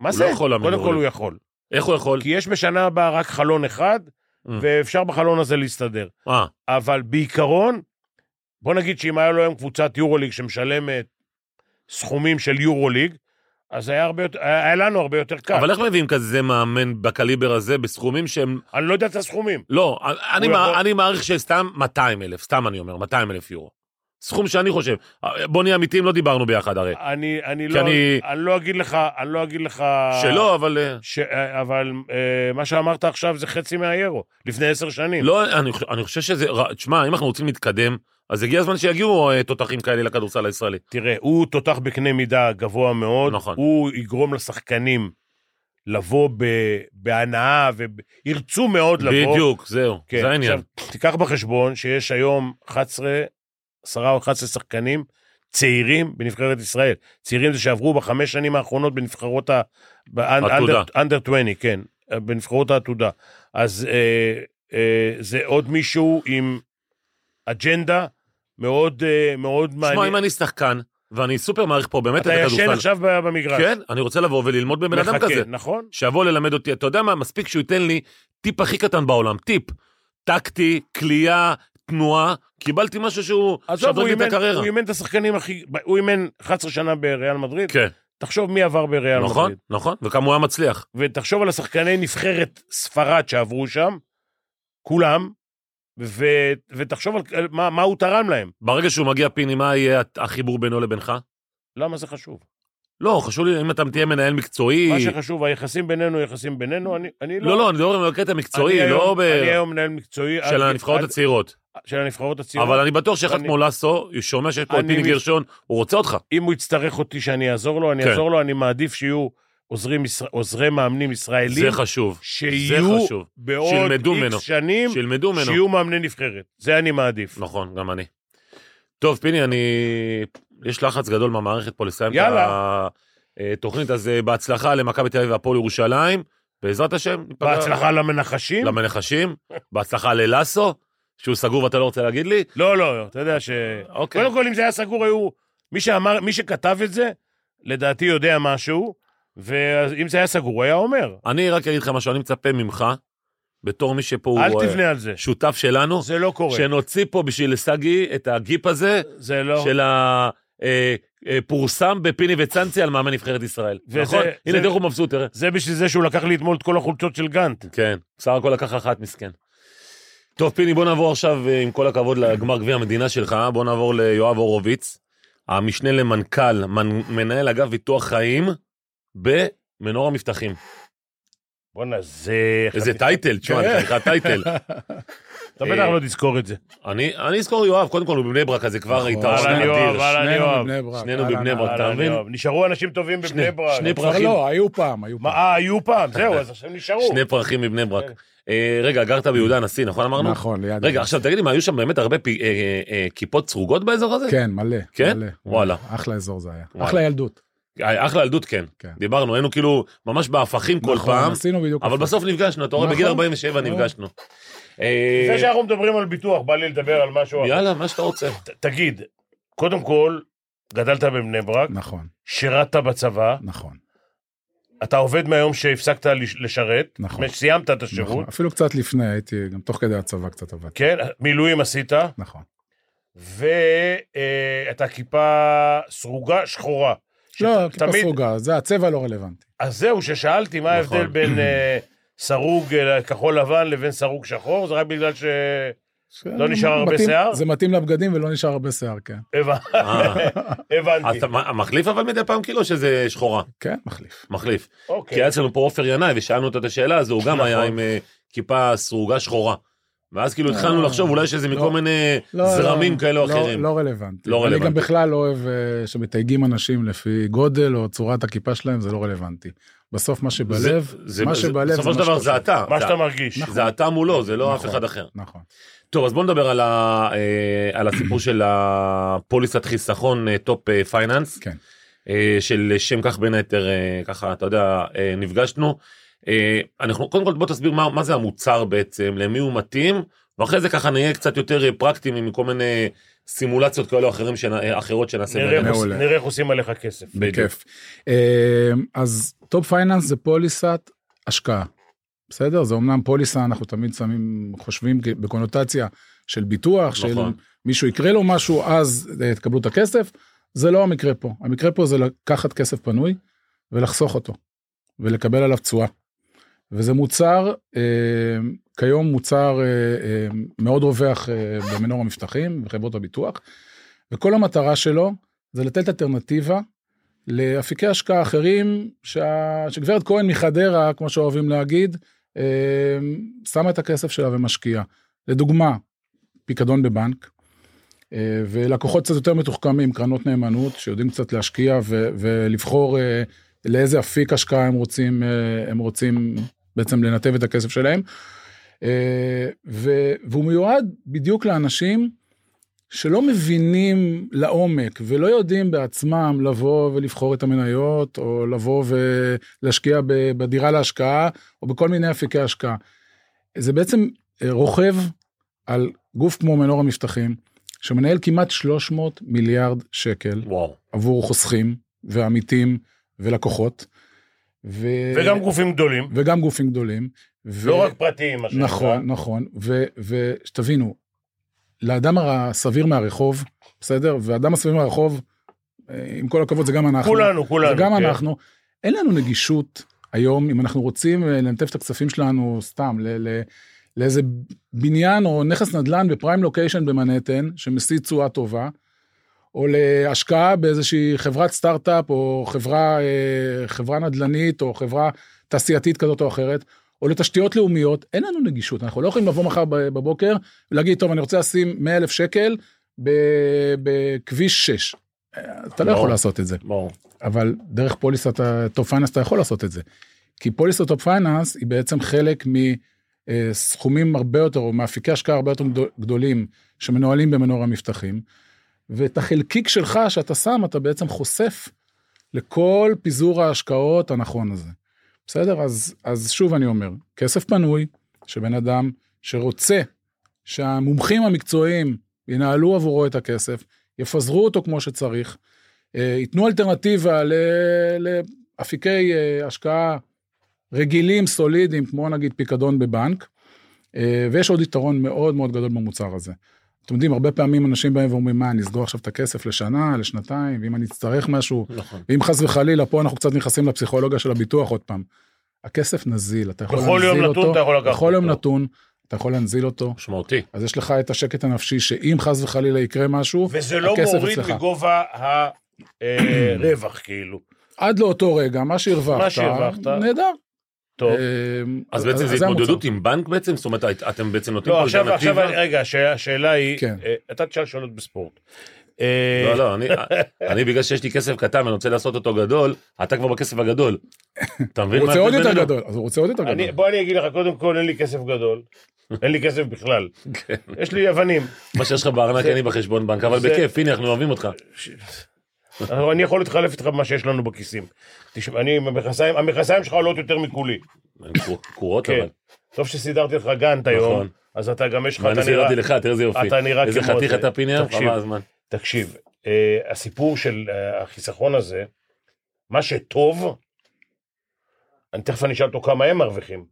D: מה
C: הוא
D: זה?
C: לא יכול לאמן
D: קודם כל הוא
C: יורוליג.
D: יכול.
C: איך הוא יכול?
D: כי יש בשנה הבאה רק חלון אחד,
C: Mm.
D: ואפשר בחלון הזה להסתדר.
C: אה,
D: אבל בעיקרון, בוא נגיד שאם היה לו היום קבוצת יורוליג שמשלמת סכומים של יורוליג, אז היה, הרבה יותר, היה היה לנו הרבה יותר קל.
C: אבל איך מביאים כזה מאמן בקליבר הזה בסכומים שהם
D: אני לא יודע את הסכומים.
C: לא, אני,
D: הוא
C: מע...
D: יכול-
C: אני מעריך שסתם 200 אלף, סתם אני אומר, 200 אלף יורו. סכום שאני חושב. בוא נהיה אמיתיים, לא דיברנו ביחד הרי.
D: אני, אני,
C: כי
D: לא,
C: אני-
D: אני... אני לא אגיד לך, אני לא אגיד לך...
C: שלא, אבל... אה,
D: ש... אה, אבל אה, מה שאמרת עכשיו זה חצי מהיורו, לפני עשר שנים.
C: לא, אני, חוש- אני חושב שזה... רע- תשמע, אם אנחנו רוצים להתקדם, אז הגיע הזמן שיגיעו אה, תותחים כאלה לכדורסל הישראלי.
D: תראה, הוא תותח בקנה מידה גבוה מאוד.
C: נכון.
D: הוא יגרום לשחקנים לבוא ב... בהנאה, וירצו מאוד לבוא.
C: בדיוק, זהו,
D: כן,
C: זה העניין.
D: עכשיו, תיקח בחשבון שיש היום 11, 10 או 11 שחקנים צעירים בנבחרת ישראל. צעירים זה שעברו בחמש שנים האחרונות בנבחרות ה...
C: עתודה.
D: אנדר 20, כן, בנבחרות העתודה. אז אה, אה, זה עוד מישהו עם אג'נדה מאוד אה, מאוד
C: תשמע,
D: מעניין.
C: אם אני שחקן, ואני סופר מעריך פה באמת את
D: אתה ישן
C: הכדורסל.
D: עכשיו ב- במגרש.
C: כן, אני רוצה לבוא וללמוד בבן אדם
D: מחכה,
C: כזה.
D: נכון?
C: שיבוא ללמד אותי, אתה יודע מה, מספיק שהוא ייתן לי טיפ הכי קטן בעולם, טיפ. טקטי, כליאה, תנועה, קיבלתי משהו שהוא...
D: עזוב,
C: שעבוד
D: הוא
C: לי את
D: אימן-
C: הקריירה.
D: הוא אימן את השחקנים הכי... הוא אימן 11 שנה בריאל מדריד.
C: כן,
D: תחשוב מי עבר בריאל מדריד.
C: נכון, נכון, וכמה הוא היה מצליח.
D: ותחשוב על השחקני נבחרת ספרד שעברו שם, כולם, ו, ותחשוב על, על מה, מה הוא תרם להם.
C: ברגע שהוא מגיע פיני, מה יהיה הת- החיבור בינו לבינך?
D: למה זה חשוב?
C: לא, חשוב לי, אם אתה תהיה מנהל מקצועי...
D: מה שחשוב, היחסים בינינו, יחסים בינינו, אני, אני לא...
C: לא, לא, אני מדבר על הקטע
D: אני
C: המקצועי,
D: היום-
C: לא ב...
D: אני היום מנהל מקצועי.
C: של
D: אל-
C: הנבחרות
D: אל-
C: הצעירות.
D: של הנבחרות הצעירות.
C: אבל אני בטוח שאחד
D: אני-
C: כמו לסו, שומע שיש פה את
D: אני
C: פיני
D: מש-
C: גרשון, הוא רוצה אותך.
D: אם הוא יצטרך אותי שאני אעזור לו, אני
C: כן.
D: אעזור לו, אני מעדיף שיהיו עוזרים, ישראל- עוזרי מאמנים ישראלים,
C: זה חשוב.
D: שיהיו
C: חשוב.
D: בעוד
C: שילמדו ממנו.
D: איקס שנים,
C: שילמדו ממנו.
D: שיהיו מאמני נבחרת. זה אני מעדיף.
C: נכון, גם אני. טוב, פיני, אני... יש לחץ גדול מהמערכת פה לסיים
D: יאללה.
C: את התוכנית, אז אה, בהצלחה למכבי תל אביב והפועל ירושלים. בעזרת השם, ניפגע-
D: בהצלחה למנחשים?
C: למנחשים, בהצלחה ללאסו, שהוא סגור ואתה לא רוצה להגיד לי.
D: לא, לא, אתה יודע ש...
C: אוקיי.
D: קודם כל, אם זה היה סגור, היו... מי שאמר, מי שכתב את זה, לדעתי יודע משהו, ואם זה היה סגור, הוא היה אומר.
C: אני רק אגיד לך משהו, אני מצפה ממך, בתור מי שפה הוא
D: אל
C: אה,
D: תבנה על זה.
C: שותף שלנו,
D: זה לא קורה.
C: שנוציא פה בשביל סגי את הגיפ הזה
D: זה לא...
C: של ה... אה, אה, פורסם בפיני וצאנצי על מאמן נבחרת ישראל.
D: וזה-
C: נכון? הנה,
D: זה-
C: תראו הוא מבסוט, תראה.
D: זה בשביל זה שהוא לקח לי אתמול את כל החולצות של גנט.
C: כן, בסך הכל לקח אחת, מסכן. טוב, פיני, בוא נעבור עכשיו, אה, עם כל הכבוד לגמר גביע המדינה שלך, אה? בוא נעבור ליואב הורוביץ, המשנה למנכ"ל, מנ... מנהל אגף ביטוח חיים במנור המבטחים.
D: בואנה, זה...
C: איזה טייטל, תשמע,
D: כן.
C: זה נקרא טייטל.
D: אתה בטח
C: אה,
D: לא תזכור את זה.
C: אני, אני אזכור יואב, קודם כל הוא בבני ברק, אז זה כבר
E: נכון.
C: יתרון
D: אהלן יואב,
C: אדיר.
D: אהלן
E: שנינו
D: יואב.
E: בבני ברק.
C: שנינו
E: אהלן,
C: בבני ברק.
E: אהלן.
C: אתה
D: אהלן,
C: מבין?
D: יואב. נשארו אנשים טובים
C: שני-
D: בבני ברק.
C: שני פרקים.
E: כבר לא, היו פעם, היו
D: מה,
E: פעם.
D: אה, היו פעם, זהו, אז עכשיו נשארו.
C: שני פרחים מבני ברק.
D: כן.
C: אה, רגע, גרת ביהודה הנשיא, נכון אמרנו?
E: נכון, ליד...
C: רגע, עכשיו תגיד לי, מה, היו שם באמת הרבה פי- אה, אה, אה, כיפות צרוגות באזור הזה?
E: כן, מלא.
C: כן?
E: מלא.
C: וואלה.
E: אחלה אזור זה היה.
C: וואלה.
E: אחלה ילדות.
C: אה, אחלה ילדות, כן.
E: כן.
C: דיברנו, היינו כאילו ממש בהפכים כל
E: נכון,
C: פעם,
E: עשינו בדיוק.
C: אבל
E: הפוך.
C: בסוף נפגשנו, אתה רואה,
E: נכון.
C: בגיל 47
E: נכון.
C: נפגשנו. אה,
D: לפני שאנחנו מדברים על ביטוח, בא לי לדבר על משהו אחר.
C: יאללה, מה שאתה רוצה.
D: ת- תגיד, קודם כל, גדלת בבני ברק,
E: נכון,
D: שירתת בצבא,
E: נכון.
D: אתה עובד מהיום שהפסקת לש- לשרת,
E: נכון.
D: סיימת את
E: נכון.
D: השירות,
E: אפילו קצת לפני, הייתי, גם תוך כדי הצבא קצת עבדתי.
D: כן, מילואים עשית,
E: נכון.
D: ואתה כיפה סרוגה שחורה.
E: לא,
D: שת-
E: כיפה
D: תמיד-
E: סרוגה, זה הצבע לא רלוונטי.
D: אז זהו, ששאלתי מה
C: נכון.
D: ההבדל בין אה, סרוג אה, כחול לבן לבין סרוג שחור, זה רק בגלל ש...
E: זה
C: לא
D: נשאר הרבה
E: מתאים-
D: שיער?
E: זה מתאים לבגדים ולא נשאר הרבה שיער, כן.
D: הבנ-
C: אה, אז
D: הבנתי.
C: אתה מה- מחליף אבל מדי פעם כאילו שזה שחורה?
E: כן, מחליף.
C: מחליף.
D: אוקיי.
C: כי היה אצלנו פה עופר ינאי ושאלנו אותו את השאלה הזו, הוא גם
D: נכון.
C: היה עם אה, כיפה סרוגה שחורה. ואז כאילו התחלנו
E: לא,
C: לחשוב אולי שזה מכל
E: לא.
C: מיני
E: לא,
C: זרמים
E: לא,
C: כאלה או
E: לא-
C: אחרים.
E: לא רלוונטי.
C: לא רלוונטי.
E: אני גם בכלל לא אוהב אה, שמתייגים אנשים לפי גודל או צורת הכיפה שלהם, זה לא רלוונטי. בסוף מה
C: זה-
E: שבלב,
C: זה-
E: לא, מה
C: זה-
E: שבלב
C: בסופו
E: זה
C: של
E: מה
C: דבר
E: שקורה.
C: זה אתה.
D: מה
C: זה-
D: שאתה מרגיש.
C: זה אתה מולו, זה לא אף
E: נכון,
C: אחד אחר.
E: נכון.
C: טוב, אז בוא נדבר על, ה, אה, על הסיפור של הפוליסת חיסכון אה, טופ אה, פייננס,
E: כן.
C: אה, של שם כך בין היתר, אה, ככה, אתה יודע, אה, נפגשנו. אה, אנחנו, קודם כל בוא תסביר מה, מה זה המוצר בעצם, למי הוא מתאים, ואחרי זה ככה נהיה קצת יותר אה, פרקטיים עם כל מיני סימולציות כאלה או אחרים שנ- אה, אחרות שנעשה.
D: נראה איך
C: בעניין.
D: עוש-
E: מעולה.
D: נראה איך עושים עליך כסף.
C: בדיוק.
E: בכיף. אמ, אז טופ פייננס זה פוליסת השקעה. בסדר? זה אמנם פוליסה, אנחנו תמיד שמים, חושבים כ- בקונוטציה של ביטוח, של
C: נכון.
E: מישהו יקרה לו משהו, אז אה, תקבלו את הכסף. זה לא המקרה פה. המקרה פה זה לקחת כסף פנוי ולחסוך אותו, ולקבל עליו תשואה. וזה מוצר, אה, כיום מוצר אה, אה, מאוד רווח אה, במנור המבטחים, בחברות הביטוח, וכל המטרה שלו זה לתת אלטרנטיבה לאפיקי השקעה אחרים, שה... שגברת כהן מחדרה, כמו שאוהבים להגיד, אה, שמה את הכסף שלה ומשקיעה. לדוגמה, פיקדון בבנק, אה, ולקוחות קצת יותר מתוחכמים, קרנות נאמנות, שיודעים קצת להשקיע ו- ולבחור אה, לאיזה אפיק השקעה הם רוצים, אה, הם רוצים בעצם לנתב את הכסף שלהם. אה, ו- והוא מיועד בדיוק לאנשים שלא מבינים לעומק ולא יודעים בעצמם לבוא ולבחור את המניות, או לבוא ולהשקיע ב- בדירה להשקעה, או בכל מיני אפיקי השקעה. זה בעצם אה, רוכב על גוף כמו מנור המבטחים, שמנהל כמעט 300 מיליארד שקל
C: וואו.
E: עבור חוסכים ועמיתים ולקוחות. ו...
D: וגם גופים גדולים,
E: וגם גופים גדולים. ו-
D: לא רק פרטיים, מה שנקרא.
E: נכון, נכון, ו- ושתבינו, לאדם הסביר מהרחוב, בסדר? והאדם הסביר מהרחוב, אה, עם כל הכבוד, זה גם אנחנו.
D: כולנו, כולנו.
E: זה גם
D: כן.
E: אנחנו. אין לנו נגישות היום, אם אנחנו רוצים אה, לנתב את הכספים שלנו סתם ל- ל- לאיזה בניין או נכס נדל"ן בפריים לוקיישן במנהטן, שמשיא תשואה טובה, או להשקעה באיזושהי חברת סטארט-אפ, או חברה, אה, חברה נדל"נית, או חברה תעשייתית כזאת או אחרת, או לתשתיות לאומיות, אין לנו נגישות, אנחנו לא יכולים לבוא מחר ב- בבוקר ולהגיד, טוב, אני רוצה לשים 100 אלף שקל ב- בכביש 6. אתה לא
D: לא.
E: יכול לעשות את זה,
D: ברור.
E: אבל דרך פוליסת הטופ פייננס אתה יכול לעשות את זה. כי פוליסת טופ פייננס היא בעצם חלק מסכומים הרבה יותר, או מאפיקי השקעה הרבה יותר גדול- גדולים, שמנוהלים במנור המבטחים, ואת החלקיק שלך שאתה שם, אתה בעצם חושף לכל פיזור ההשקעות הנכון הזה. בסדר? אז, אז שוב אני אומר, כסף פנוי, שבן אדם שרוצה שהמומחים המקצועיים ינהלו עבורו את הכסף, יפזרו אותו כמו שצריך, אה, ייתנו אלטרנטיבה ל- לאפיקי אה, השקעה רגילים, סולידיים, כמו נגיד פיקדון בבנק, אה, ויש עוד יתרון מאוד מאוד גדול במוצר הזה. אתם יודעים, הרבה פעמים אנשים באים ואומרים, מה, אני אסגור עכשיו את הכסף לשנה, לשנתיים, ואם אני אצטרך משהו,
D: נכון.
E: ואם חס וחלילה, פה אנחנו קצת נכנסים לפסיכולוגיה של הביטוח עוד פעם. הכסף נזיל, אתה יכול
D: בכל יום
E: להנזיל
D: נתון
E: אותו,
D: אתה יכול לקחת
E: בכל יום
D: אותו.
E: נתון, אתה יכול להנזיל אותו,
D: משמעותי.
E: אז יש לך את השקט הנפשי שאם חס וחלילה יקרה משהו,
D: וזה לא
E: הכסף
D: מוריד
E: אצלך.
D: מגובה הרווח, כאילו.
E: עד לאותו רגע, מה שהרווחת,
D: מה שהרווחת.
E: נהדר.
D: טוב.
E: אמ,
C: אז בעצם זה
E: המוצר.
C: התמודדות עם בנק בעצם? זאת אומרת, את- אתם בעצם נותנים
D: לא,
C: פה
D: עכשיו, עכשיו,
C: אלטרנטיבה?
D: רגע, השאלה- השאלה היא,
E: כן.
D: אה, אתה תשאל שאלות בספורט. אה,
C: לא, לא, אני- אני בגלל שיש לי כסף קטן ואני רוצה לעשות אותו גדול, אתה כבר בכסף הגדול. אתה מבין
E: הוא
C: מה
E: רוצה עוד
C: ההבדל
E: יותר
C: בינינו?
E: גדול, אז הוא רוצה עוד יותר גדול.
D: אני, בוא אני אגיד לך, קודם כל אין לי כסף גדול, אין לי כסף בכלל. יש לי אבנים.
C: מה שיש לך בארנק אין לי בחשבון בנק, אבל
D: זה-
C: בכיף, הנה, אנחנו אוהבים אותך.
D: אבל אני יכול להתחלף איתך במה שיש לנו בכיסים. תשמע, אני, עם המכנסיים, המכנסיים שלך עולות יותר מכולי.
C: הן קרו- קרועות
D: כן.
C: אבל.
D: טוב שסידרתי לך גאנט היום, אז אתה גם יש לך,
C: נכון. ואני
D: אתה נראה...
C: סירבתי לך, תראה איזה יופי.
D: אתה נראה
C: איזה
D: כמו
C: חתיך
D: זה.
C: אתה פיניאר,
D: תקשיב.
C: חבל הזמן.
D: תקשיב, אה, הסיפור של אה, החיסכון הזה, מה שטוב, אני תכף אני אשאל אותו כמה הם מרוויחים,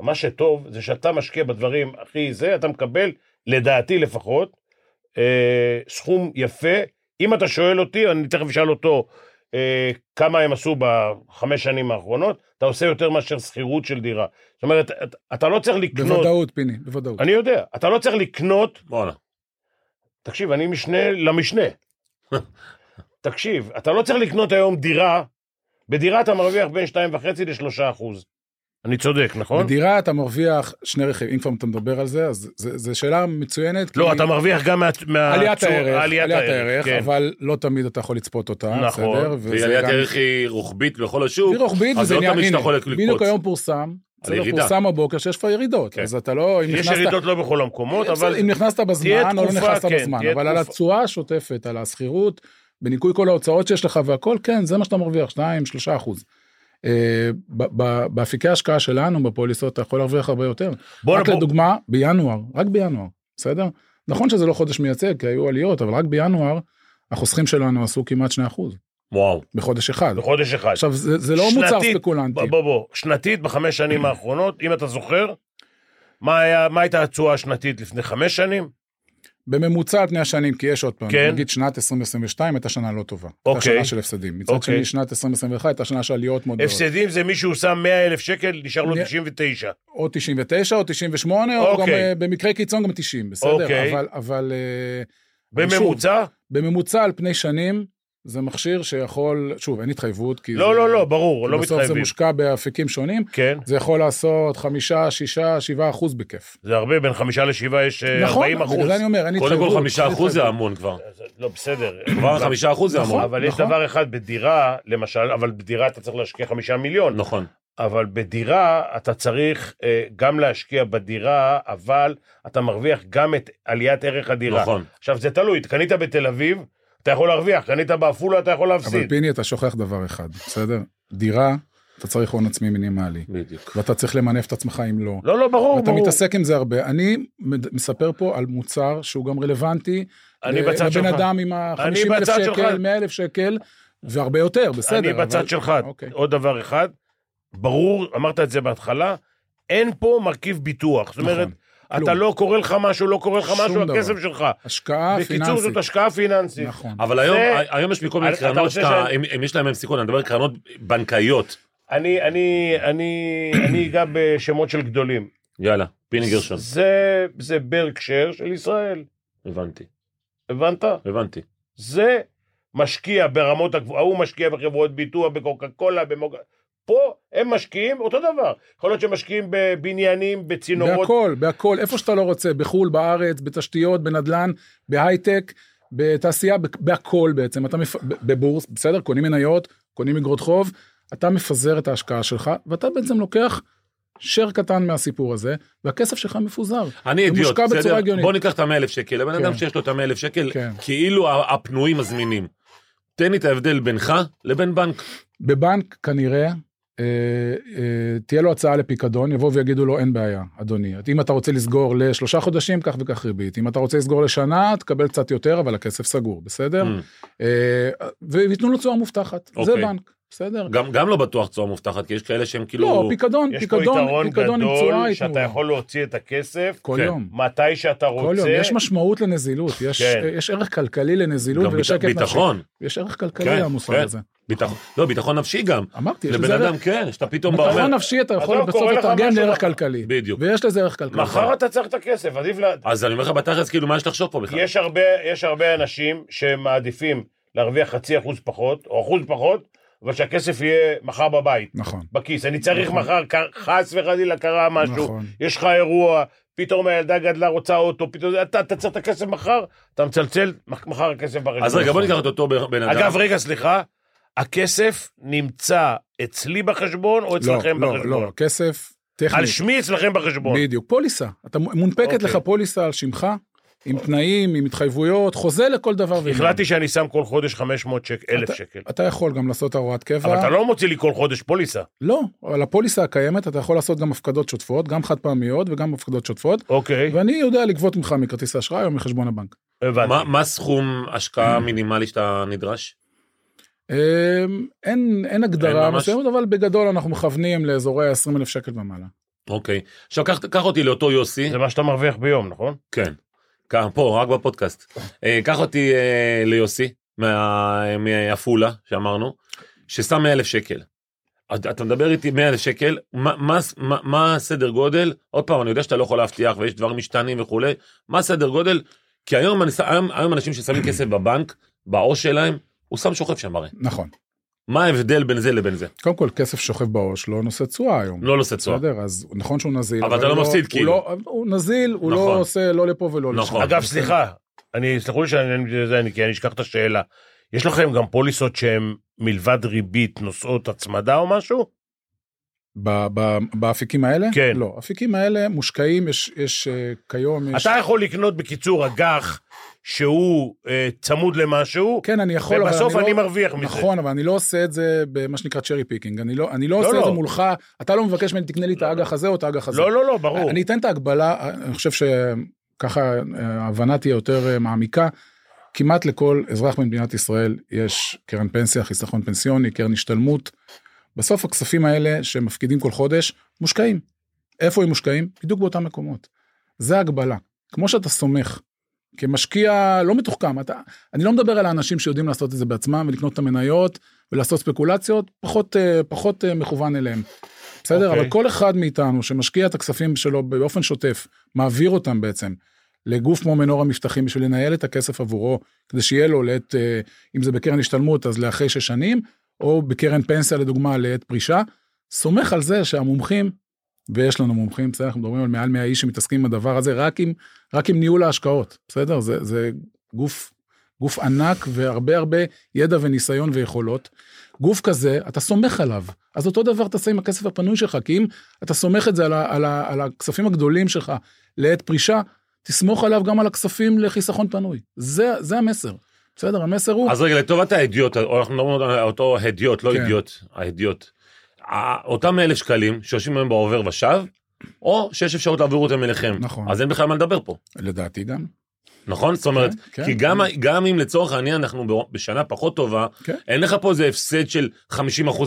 D: מה שטוב זה שאתה משקיע בדברים הכי זה, אתה מקבל, לדעתי לפחות, אה, סכום יפה. אם אתה שואל אותי, אני תכף אשאל אותו אה, כמה הם עשו בחמש שנים האחרונות, אתה עושה יותר מאשר שכירות של דירה. זאת אומרת, אתה- אתה לא צריך לקנות,
E: בוודאות, פיני, בוודאות.
D: אני יודע, אתה לא צריך לקנות
C: בואנה.
D: תקשיב, אני משנה למשנה. תקשיב, אתה לא צריך לקנות היום דירה, בדירה אתה מרוויח בין 2.5 ל-3 אחוז. אני צודק, נכון?
E: בדירה אתה מרוויח שני רכיבים, אם כבר אתה מדבר על זה, אז זו שאלה מצוינת.
D: לא,
E: כי-
D: אתה מרוויח גם מה... מה-
E: עליית
D: צור-
E: הערך,
D: עליית הערך, כן.
E: אבל לא תמיד אתה יכול לצפות אותה,
D: נכון,
E: בסדר? וזה
C: ועליית
E: גם-
C: ערך היא רוחבית בכל השוק.
E: היא רוחבית,
C: אז
E: וזה
C: לא
E: נהיה,
C: תמיד שאתה
E: הנה,
C: יכול
E: בדיוק
C: לקפוץ.
E: היום פורסם, בסדר,
C: ירידה.
E: פורסם הבוקר שיש כבר ירידות,
D: כן.
E: אז אתה לא, אם
D: יש
E: נכנסת,
D: ירידות לא בכל המקומות,
E: בסדר,
D: אבל...
E: אם נכנסת
D: תהיה
E: בזמן או לא
D: תקופה,
E: נכנסת
D: כן,
E: בזמן,
D: תהיה
E: אבל על
D: תקופה.
E: התשואה השוטפת, על השכירות, בניכוי כל ההוצאות שיש לך והכל, כן, זה מה שאתה מרוויח, 2-3 אחוז. אה, ב- ב- באפיקי ההשקעה שלנו, בפוליסות, אתה יכול להרוויח הרבה יותר.
D: בוא
E: רק
D: נבוא-
E: לדוגמה, בינואר, רק בינואר, בסדר? נכון שזה לא חודש מייצג, כי היו עליות, אבל רק בינואר, החוסכים שלנו עשו כמעט 2 אחוז,
C: וואו.
E: בחודש אחד.
D: בחודש אחד.
E: עכשיו, זה זה לא מוצר
D: שנתית,
E: ספקולנטי.
D: נכון. בוא, בוא, בוא, שנתית בחמש שנים האחרונות, אם אתה זוכר, מה היה- מה הייתה התשואה השנתית לפני חמש שנים?
E: בממוצע על פני השנים, כי יש עוד פעם,
D: כן.
E: נגיד שנת 2022 הייתה שנה לא טובה.
D: אוקיי.
E: הייתה שנה של הפסדים. מצד
D: אוקיי.
E: שני, שנת 2021 הייתה שנה של עליות מאוד גדולות.
D: הפסדים זה מישהו שם 100 אלף שקל, נשאר לו
E: לא. אני-
D: 99.
E: או 99, או 98, או
D: אוקיי.
E: גם אה, במקרה קיצון גם 90, בסדר?
D: אוקיי.
E: אבל- אבל אה,
D: בממוצע?
E: בממוצע על פני שנים, זה מכשיר שיכול, שוב, אין התחייבות, כי
D: לא,
E: זה-
D: לא, לא, ברור,
E: כי
D: לא
E: בסוף זה
D: מתחייבים.
E: מושקע באפיקים שונים,
D: כן,
E: זה יכול לעשות 5, 6, 7 אחוז בכיף.
D: זה הרבה, בין חמישה לשבעה יש אה,
E: נכון,
D: 40 אחוז.
E: בגלל זה אני אומר, אין
C: קודם
E: התחייבות.
C: כל חמישה
E: אין
C: אחוז זה
E: התחייבות.
C: המון כבר.
D: לא, בסדר.
C: כבר חמישה אחוז זה
E: נכון.
C: המון.
D: אבל יש
E: נכון.
D: דבר אחד בדירה, למשל, אבל בדירה אתה צריך להשקיע חמישה מיליון.
C: נכון.
D: אבל בדירה אתה צריך אה, גם להשקיע בדירה, אבל אתה מרוויח גם את עליית ערך הדירה.
C: נכון.
D: עכשיו, זה תלוי, קנית בתל אביב, אתה יכול להרוויח, קנית בעפולה, אתה יכול
E: אבל
D: להפסיד.
E: פיני, אתה שוכח דבר אחד, בסדר? דירה, אתה צריך הון עצמי מינימלי.
C: בדיוק.
E: ואתה צריך למנף את עצמך אם לא.
D: לא, לא, ברור,
E: אתה
D: ברור.
E: מתעסק עם זה הרבה. אני מד- מספר פה על מוצר שהוא גם רלוונטי.
D: אני
E: ל-
D: בצד
E: לבן
D: שלך.
E: אדם עם ה-50 אלף
D: בצד
E: שקל,
D: שלך.
E: 100 אלף שקל, והרבה יותר, בסדר.
D: אני
E: אבל-
D: בצד שלך.
E: אוקיי.
D: עוד דבר אחד, ברור, אמרת את זה בהתחלה, אין פה מרכיב ביטוח. זאת
E: נכון.
D: אומרת, אתה
E: כלום.
D: לא קורה לך משהו, לא קורה לך
E: שום
D: משהו,
E: דבר.
D: הכסף שלך.
E: השקעה
D: בקיצור, זאת
E: פיננסית.
D: השקעה פיננסית.
E: נכון.
C: אבל היום,
D: זה-
C: היום יש לי כל מיני
D: אתה
C: קרנות
D: רוצה
C: שאתה,
D: שאני-
C: אם- אם יש להם הם סיכון, אני מדבר על קרנות בנקאיות.
D: אני, אני, אני, אני אגע בשמות של גדולים.
C: יאללה, פיני גרשון.
D: זה, זה ברקשר של ישראל,
C: הבנתי,
D: הבנת?
C: הבנתי.
D: זה משקיע ברמות הגבוהה, הוא משקיע בחברות ביטוח, בקוקה קולה, במוג... פה הם משקיעים אותו דבר. יכול להיות שהם משקיעים בבניינים, בצינורות.
E: בהכל, בהכל, איפה שאתה לא רוצה, בחו"ל, בארץ, בתשתיות, בנדל"ן, בהייטק, בתעשייה, בכ- בהכל בעצם. אתה מפ... ב- בבורס, בסדר, קונים מניות, קונים אגרות חוב, אתה מפזר את ההשקעה שלך, ואתה בעצם לוקח שר קטן מהסיפור הזה, והכסף שלך מפוזר.
C: אני
E: הוא
C: אידיוט,
E: מושקע
C: בסדר?
E: בצורה הגיונית.
C: בוא ניקח את המאה אלף שקל, הבן אדם
E: כן.
C: שיש לו את המאה אלף שקל,
E: כן.
C: כאילו ה- הפנויים מזמינים. תן לי את ההבדל בינך לבין בנק.
E: בבנק כנראה אה, אה, תהיה לו הצעה לפיקדון, יבואו ויגידו לו אין בעיה, אדוני. אם אתה רוצה לסגור לשלושה חודשים, כך וכך ריבית. אם אתה רוצה לסגור לשנה, תקבל קצת יותר, אבל הכסף סגור, בסדר?
D: Mm.
E: אה, וייתנו לו תשואה מובטחת, זה
C: אוקיי.
E: בנק, בסדר?
C: גם, גם לא בטוח תשואה מובטחת, כי יש כאלה שהם כאילו...
E: לא, פיקדון,
D: יש פה
E: פיקדון,
D: יתרון
E: פיקדון עם תשואה
D: גדול,
E: ייתנו
D: שאתה
E: לו.
D: יכול להוציא את הכסף
E: כל
C: כן.
E: יום.
D: מתי שאתה
E: כל יום,
D: רוצה.
E: יש משמעות לנזילות, יש,
D: כן.
E: יש ערך כלכלי לנזילות
C: גם ביט-
E: ולשקט נפשי.
C: ביטחון,
E: יש ערך כלכלי
C: כן,
E: למושג
C: כן.
E: לא הזה.
C: ביטחון, לא, ביטחון נפשי גם.
E: אמרתי, יש
C: לבן
E: לזה ערך
C: אדם, כן, שאתה פתאום בא
E: ביטחון
C: אומר,
E: נפשי אתה יכול
D: עזוב,
E: בסוף
D: קורה לך
E: לתרגם
D: משהו
E: לערך
D: לך.
E: כלכלי.
C: בדיוק.
E: ויש לזה ערך כלכלי.
C: נכון.
D: מחר אתה צריך את הכסף, עדיף לה...
E: אה,
C: אז אני אומר לך בתכלס, כאילו, מה יש לחשוב פה בכלל?
D: יש הרבה, יש הרבה אנשים שמעדיפים להרוויח חצי אחוז פחות, או אחוז פחות, אבל שהכסף יהיה מחר בבית,
E: נכון.
D: בכיס. אני צריך מחר, קר- חס וחלילה קרה משהו,
E: נכון.
D: יש לך אירוע, פתאום הילדה גדלה, רוצה אוטו, פתאום... אתה אתה צריך את הכסף מחר, אתה מצלצל, מח- מחר הכסף ברגע.
C: אז רגע, בוא ניקח את אותו בן אדם.
D: אגב, רגע, סליחה, הכסף נמצא אצלי בחשבון או
E: לא,
D: אצלכם
E: לא,
D: בחשבון?
E: לא, כסף
D: על
E: טכני.
D: שמי אצלכם בחשבון.
E: בדיוק, פוליסה. אתה מ- מונפקת
D: אוקיי.
E: לך פוליסה על שמך, עם תנאים, עם התחייבויות, חוזה לכל דבר. ועניין.
D: החלטתי שאני שם כל חודש 500 שקל, 1,000 שקל.
E: אתה יכול גם לעשות הוראת קבע.
D: אבל אתה לא מוציא לי כל חודש פוליסה.
E: לא, על הפוליסה הקיימת אתה יכול לעשות גם הפקדות שוטפות, גם חד פעמיות וגם הפקדות שוטפות,
D: אוקיי,
E: ואני יודע לגבות ממך מכרטיס האשראי או מחשבון הבנק.
D: הבנתי.
C: מה- מה סכום השקעה מינימלי שאתה נדרש?
E: אמ, אין, אין הגדרה
C: ממש.
E: מסוימת, אבל בגדול אנחנו מכוונים לאזורי ה-20,000 שקל ומעלה.
C: אוקיי. עכשיו, קח- קח אותי לאותו יוסי.
D: זה מה שאתה מרוויח ביום, נכון?
C: כן. כאן, פה, רק בפודקאסט. אה, קח אותי אה, ליוסי, מה- מעפולה, שאמרנו, ששם 100 אלף שקל. אתה אתה מדבר איתי 100 אלף שקל, מה- מה- מה- מה הסדר גודל? עוד פעם, אני יודע שאתה לא יכול להבטיח ויש דברים משתנים וכולי, מה הסדר גודל? כי היום אני ש- היום- היום אנשים ששמים כסף בבנק, בעו"ש שלהם, הוא שם שוכב שם הרי.
E: נכון.
C: מה ההבדל בין זה לבין זה?
E: קודם כל, כסף שוכב בעו"ש לא נושא תשואה היום.
C: לא נושא תשואה.
E: בסדר, אז נכון שהוא נזיל.
C: אבל אתה לא מפסיד,
E: הוא
C: כאילו.
E: לא- הוא נזיל,
C: נכון.
E: הוא לא עושה לא לפה ולא לשם.
C: נכון.
D: אגב, סליחה, אני, סלחו לי שאני, זה, אני- כי אני אשכח את השאלה. יש לכם גם פוליסות שהן מלבד ריבית נושאות הצמדה או משהו?
E: ב- ב- באפיקים האלה?
D: כן.
E: לא, האפיקים האלה מושקעים, יש- יש אה, כיום... יש-
D: אתה יכול לקנות בקיצור אג"ח שהוא אה, צמוד למשהו,
E: כן, אני יכול, אבל
D: ובסוף אני
E: לא-
D: מרוויח מזה.
E: נכון, אבל אני לא עושה את זה במה שנקרא צ'רי פיקינג. אני לא אני לא עושה את
D: לא.
E: זה מולך, אתה לא מבקש ממני, תקנה לי את האג"ח הזה או את האג"ח הזה.
D: לא, לא, לא, ברור.
E: אני אתן את ההגבלה, אני חושב שככה אה, ההבנה תהיה יותר אה, מעמיקה. כמעט לכל אזרח במדינת ישראל יש קרן פנסיה, חיסכון פנסיוני, קרן השתלמות. בסוף הכספים האלה שמפקידים כל חודש מושקעים. איפה הם מושקעים? בדיוק באותם מקומות. זה הגבלה. כמו שאתה סומך, כמשקיע לא מתוחכם, אתה, אני לא מדבר על האנשים שיודעים לעשות את זה בעצמם ולקנות את המניות ולעשות ספקולציות, פחות, אה, פחות אה, מכוון אליהם. בסדר?
D: אוקיי.
E: אבל כל אחד מאיתנו שמשקיע את הכספים שלו באופן שוטף, מעביר אותם בעצם לגוף כמו מנור המבטחים בשביל לנהל את הכסף עבורו, כדי שיהיה לו לעת, אה, אם זה בקרן השתלמות אז לאחרי שש שנים, או בקרן פנסיה לדוגמה לעת פרישה, סומך על זה שהמומחים, ויש לנו מומחים, בסדר, אנחנו מדברים על מעל 100 איש שמתעסקים עם הדבר הזה, רק עם, רק עם ניהול ההשקעות, בסדר? זה, זה גוף, גוף ענק והרבה הרבה ידע וניסיון ויכולות. גוף כזה, אתה סומך עליו. אז אותו דבר תעשה עם הכסף הפנוי שלך, כי אם אתה סומך את זה על, ה, על, ה, על הכספים הגדולים שלך לעת פרישה, תסמוך עליו גם על הכספים לחיסכון פנוי. זה, זה המסר. בסדר, המסר הוא...
C: אז רגע, לטובת האדיוט, אנחנו לא מדברים על אותו הדיוט, לא
E: כן.
C: אידיוט, האדיוט. ה- אותם אלף שקלים שיושבים היום בעובר ושב, או שיש אפשרות להעביר אותם אליכם.
E: נכון.
C: אז אין בכלל מה לדבר פה,
E: לדעתי גם.
C: נכון? זאת אומרת,
E: כן,
C: כי
E: כן.
C: גם, גם אם לצורך העניין אנחנו ב- בשנה פחות טובה,
E: כן.
C: אין לך פה איזה הפסד של 50%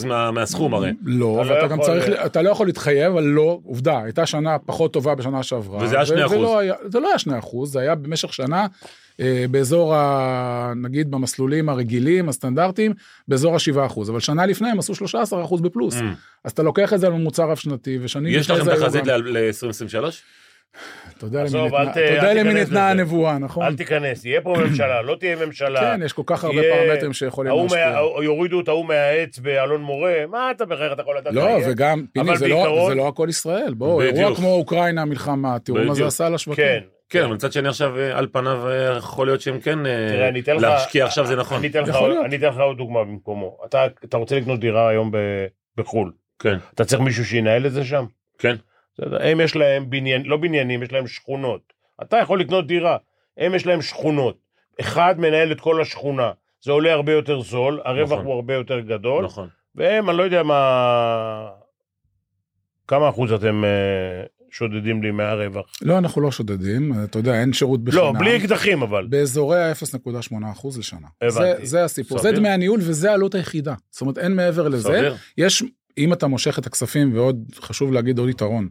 C: מה, מהסכום הרי.
E: לא,
D: אתה לא
E: אבל אתה גם
D: יכול-
E: צריך, ל- אתה לא יכול להתחייב, אבל לא, עובדה, הייתה שנה פחות טובה בשנה שעברה.
C: וזה היה 2%.
E: וזה לא היה- זה לא היה 2%, זה היה במשך שנה, אה, באזור ה... נגיד במסלולים הרגילים, הסטנדרטיים, באזור ה-7%, אבל שנה לפני הם עשו
D: אה.
E: 13% בפלוס. אז אתה לוקח את זה על ממוצע רב שנתי, ושנים
C: יש
E: לפני
C: לכם
E: זה היו
C: תחזית
E: גם-
C: ל-2023?
E: אתה יודע למי
D: עזוב,
E: ניתנה-
D: אל ת-
E: אתה יודע
D: אל
E: למי
D: תיכנס
E: ניתנה
D: לזה.
E: הנבואה, נכון?
D: אל תיכנס, יהיה פה ממשלה, לא תהיה ממשלה.
E: כן, יש כל כך הרבה
D: תהיה-
E: פרמטרים שיכולים
D: ההוא
E: להשפיע.
D: מה- או- יורידו את ההוא מהעץ באלון מורה, מה אתה בחייך, אתה יכול לדעת?
E: לא,
D: מה יהיה?
E: וגם, פיני, זה לא-
D: בעיקרון-
E: זה לא הכל ישראל. בואו, אירוע
C: בדיוק.
E: כמו אוקראינה, מלחמה, תראו מה זה
C: בדיוק.
E: עשה לשווקים.
D: כן.
C: כן, אבל מצד שני עכשיו, אה, על פניו, אה, יכול להיות שהם כן... אה,
D: תראה, אני אתן לך...
C: להשקיע עכשיו זה נכון.
D: אני אתן לך,
E: יכול להיות.
D: אני אתן לך עוד דוגמה במקומו. אתה, אתה רוצה לקנות דירה היום ב, בחו"ל.
C: כן.
D: אתה צריך מישהו שינהל את זה שם?
C: כן.
D: בסדר, הם יש להם בניין, לא בניינים, יש להם שכונות. אתה יכול לקנות דירה, הם יש להם שכונות. אחד מנהל את כל השכונה. זה עולה הרבה יותר זול, הרווח
C: נכון.
D: הוא הרבה יותר גדול,
C: נכון.
D: והם, אני לא יודע מה... כמה אחוז אתם אה, שודדים לי מהרווח?
E: לא, אנחנו לא שודדים, אתה יודע, אין שירות בחינם.
D: לא, בלי אקדחים אבל.
E: באזורי ה-0.8% לשנה.
D: הבנתי.
E: זה, זה הסיפור,
D: סביר.
E: זה דמי הניהול וזה העלות היחידה. זאת אומרת, אין מעבר לזה.
C: סביר.
E: יש, אם אתה מושך את הכספים, ועוד חשוב להגיד עוד יתרון,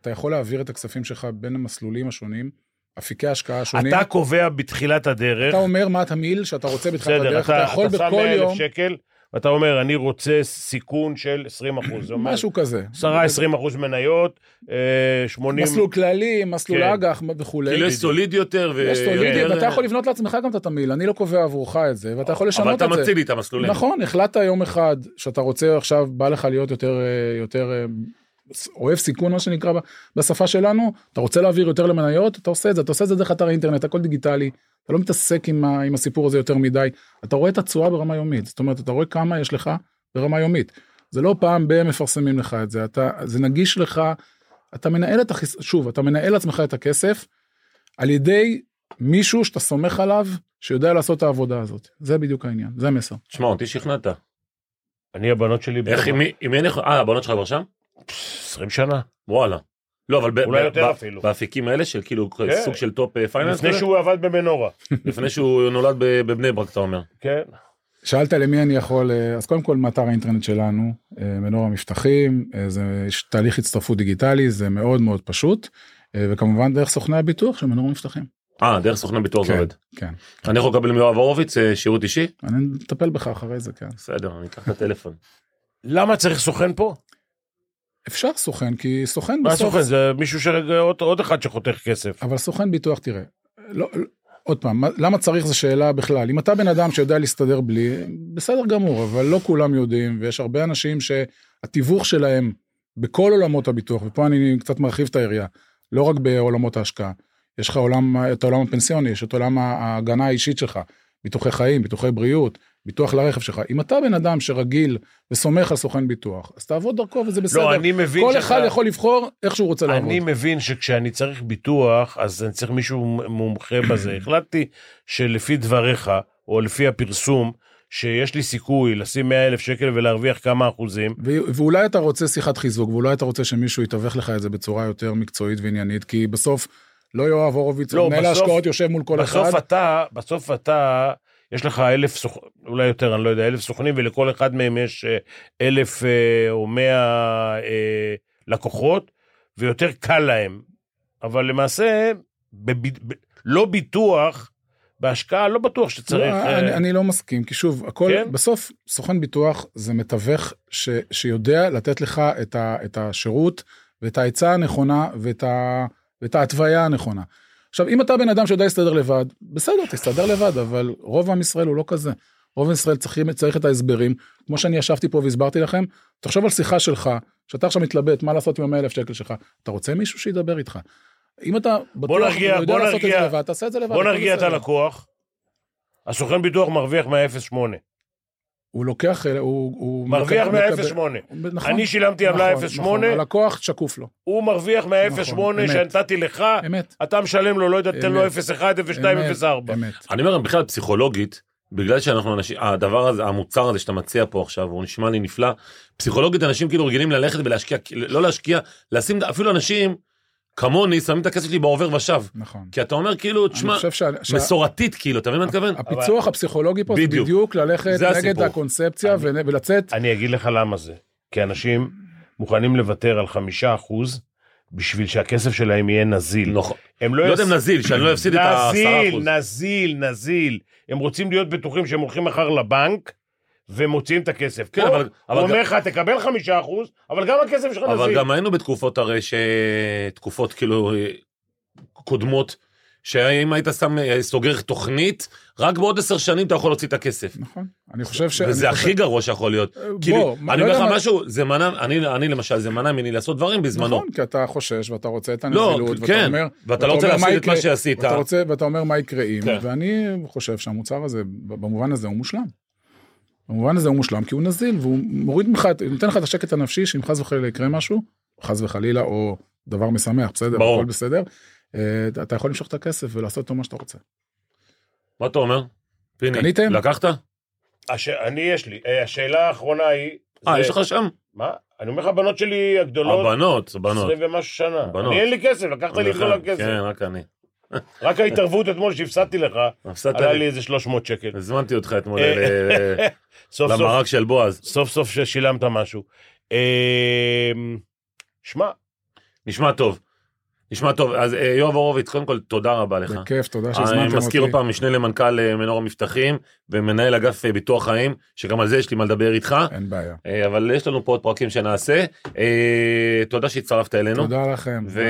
E: אתה יכול להעביר את הכספים שלך בין המסלולים השונים, אפיקי ההשקעה השונים.
D: אתה קובע בתחילת הדרך,
E: אתה אומר מה התמהיל שאתה רוצה בתחילת
D: בסדר,
E: הדרך, אתה,
D: אתה,
E: יכול
D: אתה שם
E: בכל
D: 100 אלף
E: יום,
D: שקל, ואתה אומר, אני רוצה סיכון של 20 אחוז. זה אומר,
E: משהו כזה.
D: 10-20 אחוז מניות, אה, 80...
E: מסלול כללי, מסלול
D: כן.
E: אג"ח וכולי.
C: כאילו יש סוליד יותר. ו-
E: יש סולידי,
D: כן.
E: ואתה יכול לבנות לעצמך גם את התמהיל, אני לא קובע עבורך את זה, ואתה יכול
C: אבל
E: לשנות
C: אתה
E: את זה.
C: מציל לי את המסלולים.
E: נכון, החלטת יום אחד שאתה רוצה עכשיו, בא לך להיות יותר, אה, יותר אה, אוהב סיכון, מה שנקרא ב- בשפה שלנו, אתה רוצה להעביר יותר למניות, אתה עושה את זה, אתה עושה את זה דרך אתר האינטרנט, הכל דיגיטלי, אתה לא מתעסק עם, ה, עם הסיפור הזה יותר מדי, אתה רואה את התשואה ברמה יומית, זאת אומרת, אתה רואה כמה יש לך ברמה יומית. זה לא פעם ב- מפרסמים לך את זה, אתה, זה נגיש לך, אתה מנהל את החיס... שוב, אתה מנהל לעצמך את הכסף על ידי מישהו שאתה סומך עליו, שיודע לעשות את העבודה הזאת. זה בדיוק העניין, זה המסר.
C: תשמע, אותי שכנעת.
D: אני, הבנות שלי,
C: איך, עם מי- עם מי אני יכול... אה, הבנות שלך כבר שם?
D: 20 שנה.
C: וואלה. לא, אבל ב-
D: אולי
C: ב-
D: יותר
C: ב-
D: אפילו.
C: באפיקים האלה של כאילו
D: כן.
C: סוג של טופ אה, פייננס,
D: לפני
C: כזה?
D: שהוא עבד במנורה.
C: לפני שהוא נולד ב- בבני ברק, אתה אומר.
D: כן.
E: שאלת למי אני יכול, אה, אז קודם כל מאתר האינטרנט שלנו, אה, מנור המבטחים, אה, זה יש תהליך הצטרפות דיגיטלי, זה מאוד מאוד פשוט, אה, וכמובן דרך סוכני הביטוח של מנור המבטחים.
C: אה, דרך סוכני ביטוח זה
E: כן,
C: עובד.
E: כן.
C: אני יכול לקבל מיואב הורוביץ אה, שירות אישי?
E: אני אטפל בך אחרי זה, כן.
C: בסדר, אני אקח את הטלפון.
D: למה צריך סוכן פה?
E: אפשר סוכן, כי סוכן
D: מה סוכן? זה מישהו שרגע עוד- עוד אחד שחותך כסף.
E: אבל סוכן ביטוח, תראה, לא, לא- עוד פעם, מה- למה צריך זו שאלה בכלל. אם אתה בן אדם שיודע להסתדר בלי, בסדר גמור, אבל לא כולם יודעים, ויש הרבה אנשים שהתיווך שלהם בכל עולמות הביטוח, ופה אני קצת מרחיב את היריעה, לא רק בעולמות ההשקעה. יש לך עולם, את העולם הפנסיוני, יש את עולם ההגנה האישית שלך, ביטוחי חיים, ביטוחי בריאות, ביטוח לרכב שלך. אם אתה בן אדם שרגיל וסומך על סוכן ביטוח, אז תעבוד דרכו וזה בסדר.
D: לא, אני מבין
E: כל
D: שאתה-
E: אחד יכול לבחור איך שהוא רוצה לעבוד.
D: אני מבין שכשאני צריך ביטוח, אז אני צריך מישהו מומחה בזה. החלטתי שלפי דבריך, או לפי הפרסום, שיש לי סיכוי לשים 100 אלף שקל ולהרוויח כמה אחוזים,
E: ו- ואולי אתה רוצה שיחת חיזוק, ואולי אתה רוצה שמישהו יתווך לך את זה בצורה יותר מקצועית ועניינית, כי בסוף לא יואב הורוביץ,
D: לא,
E: לא, מנהל
D: בסוף-
E: ההשקעות יושב מול כל
D: בסוף
E: אחד.
D: אתה, בסוף אתה, יש לך אלף סוכנים, אולי יותר, אני לא יודע, אלף סוכנים, ולכל אחד מהם יש אה, אלף אה, או מאה אה, לקוחות, ויותר קל להם. אבל למעשה, בב, ב, לא ביטוח, בהשקעה לא בטוח
E: לא,
D: שצריך... אה,
E: אני, אני לא מסכים, כי שוב, הכל,
D: כן?
E: בסוף סוכן ביטוח זה מתווך ש, שיודע לתת לך את, ה, את השירות ואת העצה הנכונה ואת, ה, ואת ההתוויה הנכונה. עכשיו, אם אתה בן אדם שיודע להסתדר לבד, בסדר, תסתדר לבד, אבל רוב עם ישראל הוא לא כזה. רוב עם ישראל צריכים, צריך את ההסברים. כמו שאני ישבתי פה והסברתי לכם, תחשוב על שיחה שלך, שאתה עכשיו מתלבט מה לעשות עם המאה אלף שקל שלך, אתה רוצה מישהו שידבר איתך. אם אתה בטוח, שאתה
D: נרגיע,
E: יודע
D: בוא
E: לעשות את
D: נרגיע.
E: זה לבד, תעשה את זה לבד.
D: בוא
E: הכל
D: נרגיע את
E: בסדר.
D: הלקוח. הסוכן ביטוח מרוויח מה-0.8.
E: הוא לוקח, אה, הוא... הוא
D: מרוויח
E: מקבל-
D: מה-0.8.
E: מקבל- נכון.
D: אני שילמתי עמלה
E: נכון,
D: 0.8,
E: נכון, הלקוח שקוף לו,
D: הוא מרוויח
E: נכון,
D: מה-0.8
E: אמת.
D: שנתתי לך,
E: אמת.
D: אתה משלם לו, לא יודע, תן לו
E: אמת.
D: 0.1, 0.2, 0.4.
E: אמת.
C: אני אומר, בכלל, פסיכולוגית, בגלל שאנחנו אנשים, הדבר הזה, המוצר הזה שאתה מציע פה עכשיו, הוא נשמע לי נפלא, פסיכולוגית אנשים כאילו רגילים ללכת ולהשקיע, לא להשקיע, לשים, אפילו אנשים כמוני שמים את הכסף שלי בעובר ושב.
E: נכון.
C: כי אתה אומר כאילו, תשמע,
E: אני חושב שה- שה-
C: מסורתית כאילו, אתה מבין מה אני מתכוון?
E: הפיצוח הפסיכולוגי פה זה
C: בדיוק.
E: בדיוק ללכת
C: זה
E: נגד
C: הסיפור.
E: הקונספציה ו- ולצאת,
D: אני אגיד לך למה זה. כי אנשים מוכנים לוותר על חמישה אחוז בשביל שהכסף שלהם יהיה נזיל.
C: נכון.
D: הם
C: לא יודע אם נזיל, שאני לא אפסיד את ה-10%.
D: נזיל, נזיל, נזיל. הם רוצים להיות בטוחים שהם הולכים מחר לבנק ומוציאים את הכסף.
C: כן,
D: פה,
C: אבל- אבל
D: הוא אומר
C: גם-
D: לך, תקבל חמישה אחוז, אבל גם הכסף שלך
C: אבל
D: נזיל.
C: גם היינו בתקופות הרי ש... תקופות כאילו, קודמות, שאם היית שם, אה, סוגר תוכנית, רק בעוד עשר שנים אתה יכול להוציא את הכסף.
E: נכון. אני חושב ש...
C: וזה
E: אני
C: הכי גרוע שיכול להיות.
E: חושב-
C: כאילו,
E: מה-
C: אני
E: לא
C: אומר לך
E: יודע מה-
C: משהו, זה מנע, אני- אני למשל, זה מנע ממני לעשות דברים בזמנו.
E: נכון, כי אתה חושש ואתה רוצה את
C: לא,
E: הנזילות, ואתה
C: כן,
E: אומר...
C: ואתה לא רוצה
E: אומר,
C: להפסיד את
E: יקרה?"
C: מה שעשית.
E: ואתה רוצה, ואתה אומר מה יקרה אם,
C: כן.
E: ואני חושב שהמוצר הזה, במובן הזה הוא מושלם. במובן הזה הוא מושלם כי הוא נזיל, והוא מוריד ממך, את- נותן לך את השקט הנפשי, שאם חס וחלילה יקרה משהו, חס וחלילה, או דבר משמח, בסדר,
C: ברור.
E: הכל בסדר, אה, אתה יכול למשוך את הכסף ולעשות אותו מה שאתה רוצה.
C: מה אתה אומר? פיני,
E: קניתם?
C: לקחת?
D: אה, הש... אני יש לי. אה, השאלה האחרונה היא...
C: אה,
D: זה-
C: יש לך שם?
D: מה? אני אומר לך, הבנות שלי הגדולות,
C: הבנות, בנות.
D: 20 ומשהו שנה.
C: הבנות.
D: אני אין לי כסף, לקחת לי את כל הכסף.
C: כן, רק אני.
D: רק ההתערבות אתמול שהפסדתי לך,
C: הפסדת
D: עלה
C: לי.
D: לי איזה 300 שקל.
C: הזמנתי אותך אתמול
D: אה,
C: ל- ל-
D: סוף סוף,
C: למרק של בועז.
D: סוף סוף ששילמת משהו. אמ, שמע,
C: נשמע טוב. נשמע טוב. אז אה, יואב הורוביץ, קודם כל, תודה רבה לך.
E: בכיף, תודה שהזמנתם
C: אה. אני
E: אותי.
C: מזכיר עוד פעם, משנה למנכ"ל אה, מנור המבטחים ומנהל אגף אה, ביטוח חיים, שגם על זה יש לי מה לדבר איתך,
E: אין בעיה.
C: אה, אבל יש לנו פה עוד פרקים שנעשה. אה, תודה שהצטרפת אלינו.
E: תודה לכם.
C: ו...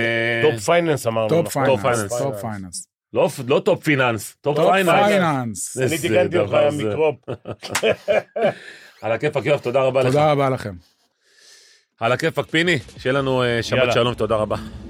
D: טופ פייננס אמרנו.
E: טופ
D: נכון?
E: פייננס,
C: אה, פייננס.
E: טופ פייננס.
C: לא, לא טופ פיננס, טופ
E: טופ
C: פייננס.
E: פייננס.
C: זה-
D: אני תיקנתי אותך
C: דבר
D: עם
C: זה.
D: מיקרופ.
C: על הכיפאק יואב, תודה רבה לך.
E: תודה רבה לכם.
C: על הכיפאק פיני, שיהיה לנו אה, שבת
D: יאללה.
C: שלום, תודה רבה.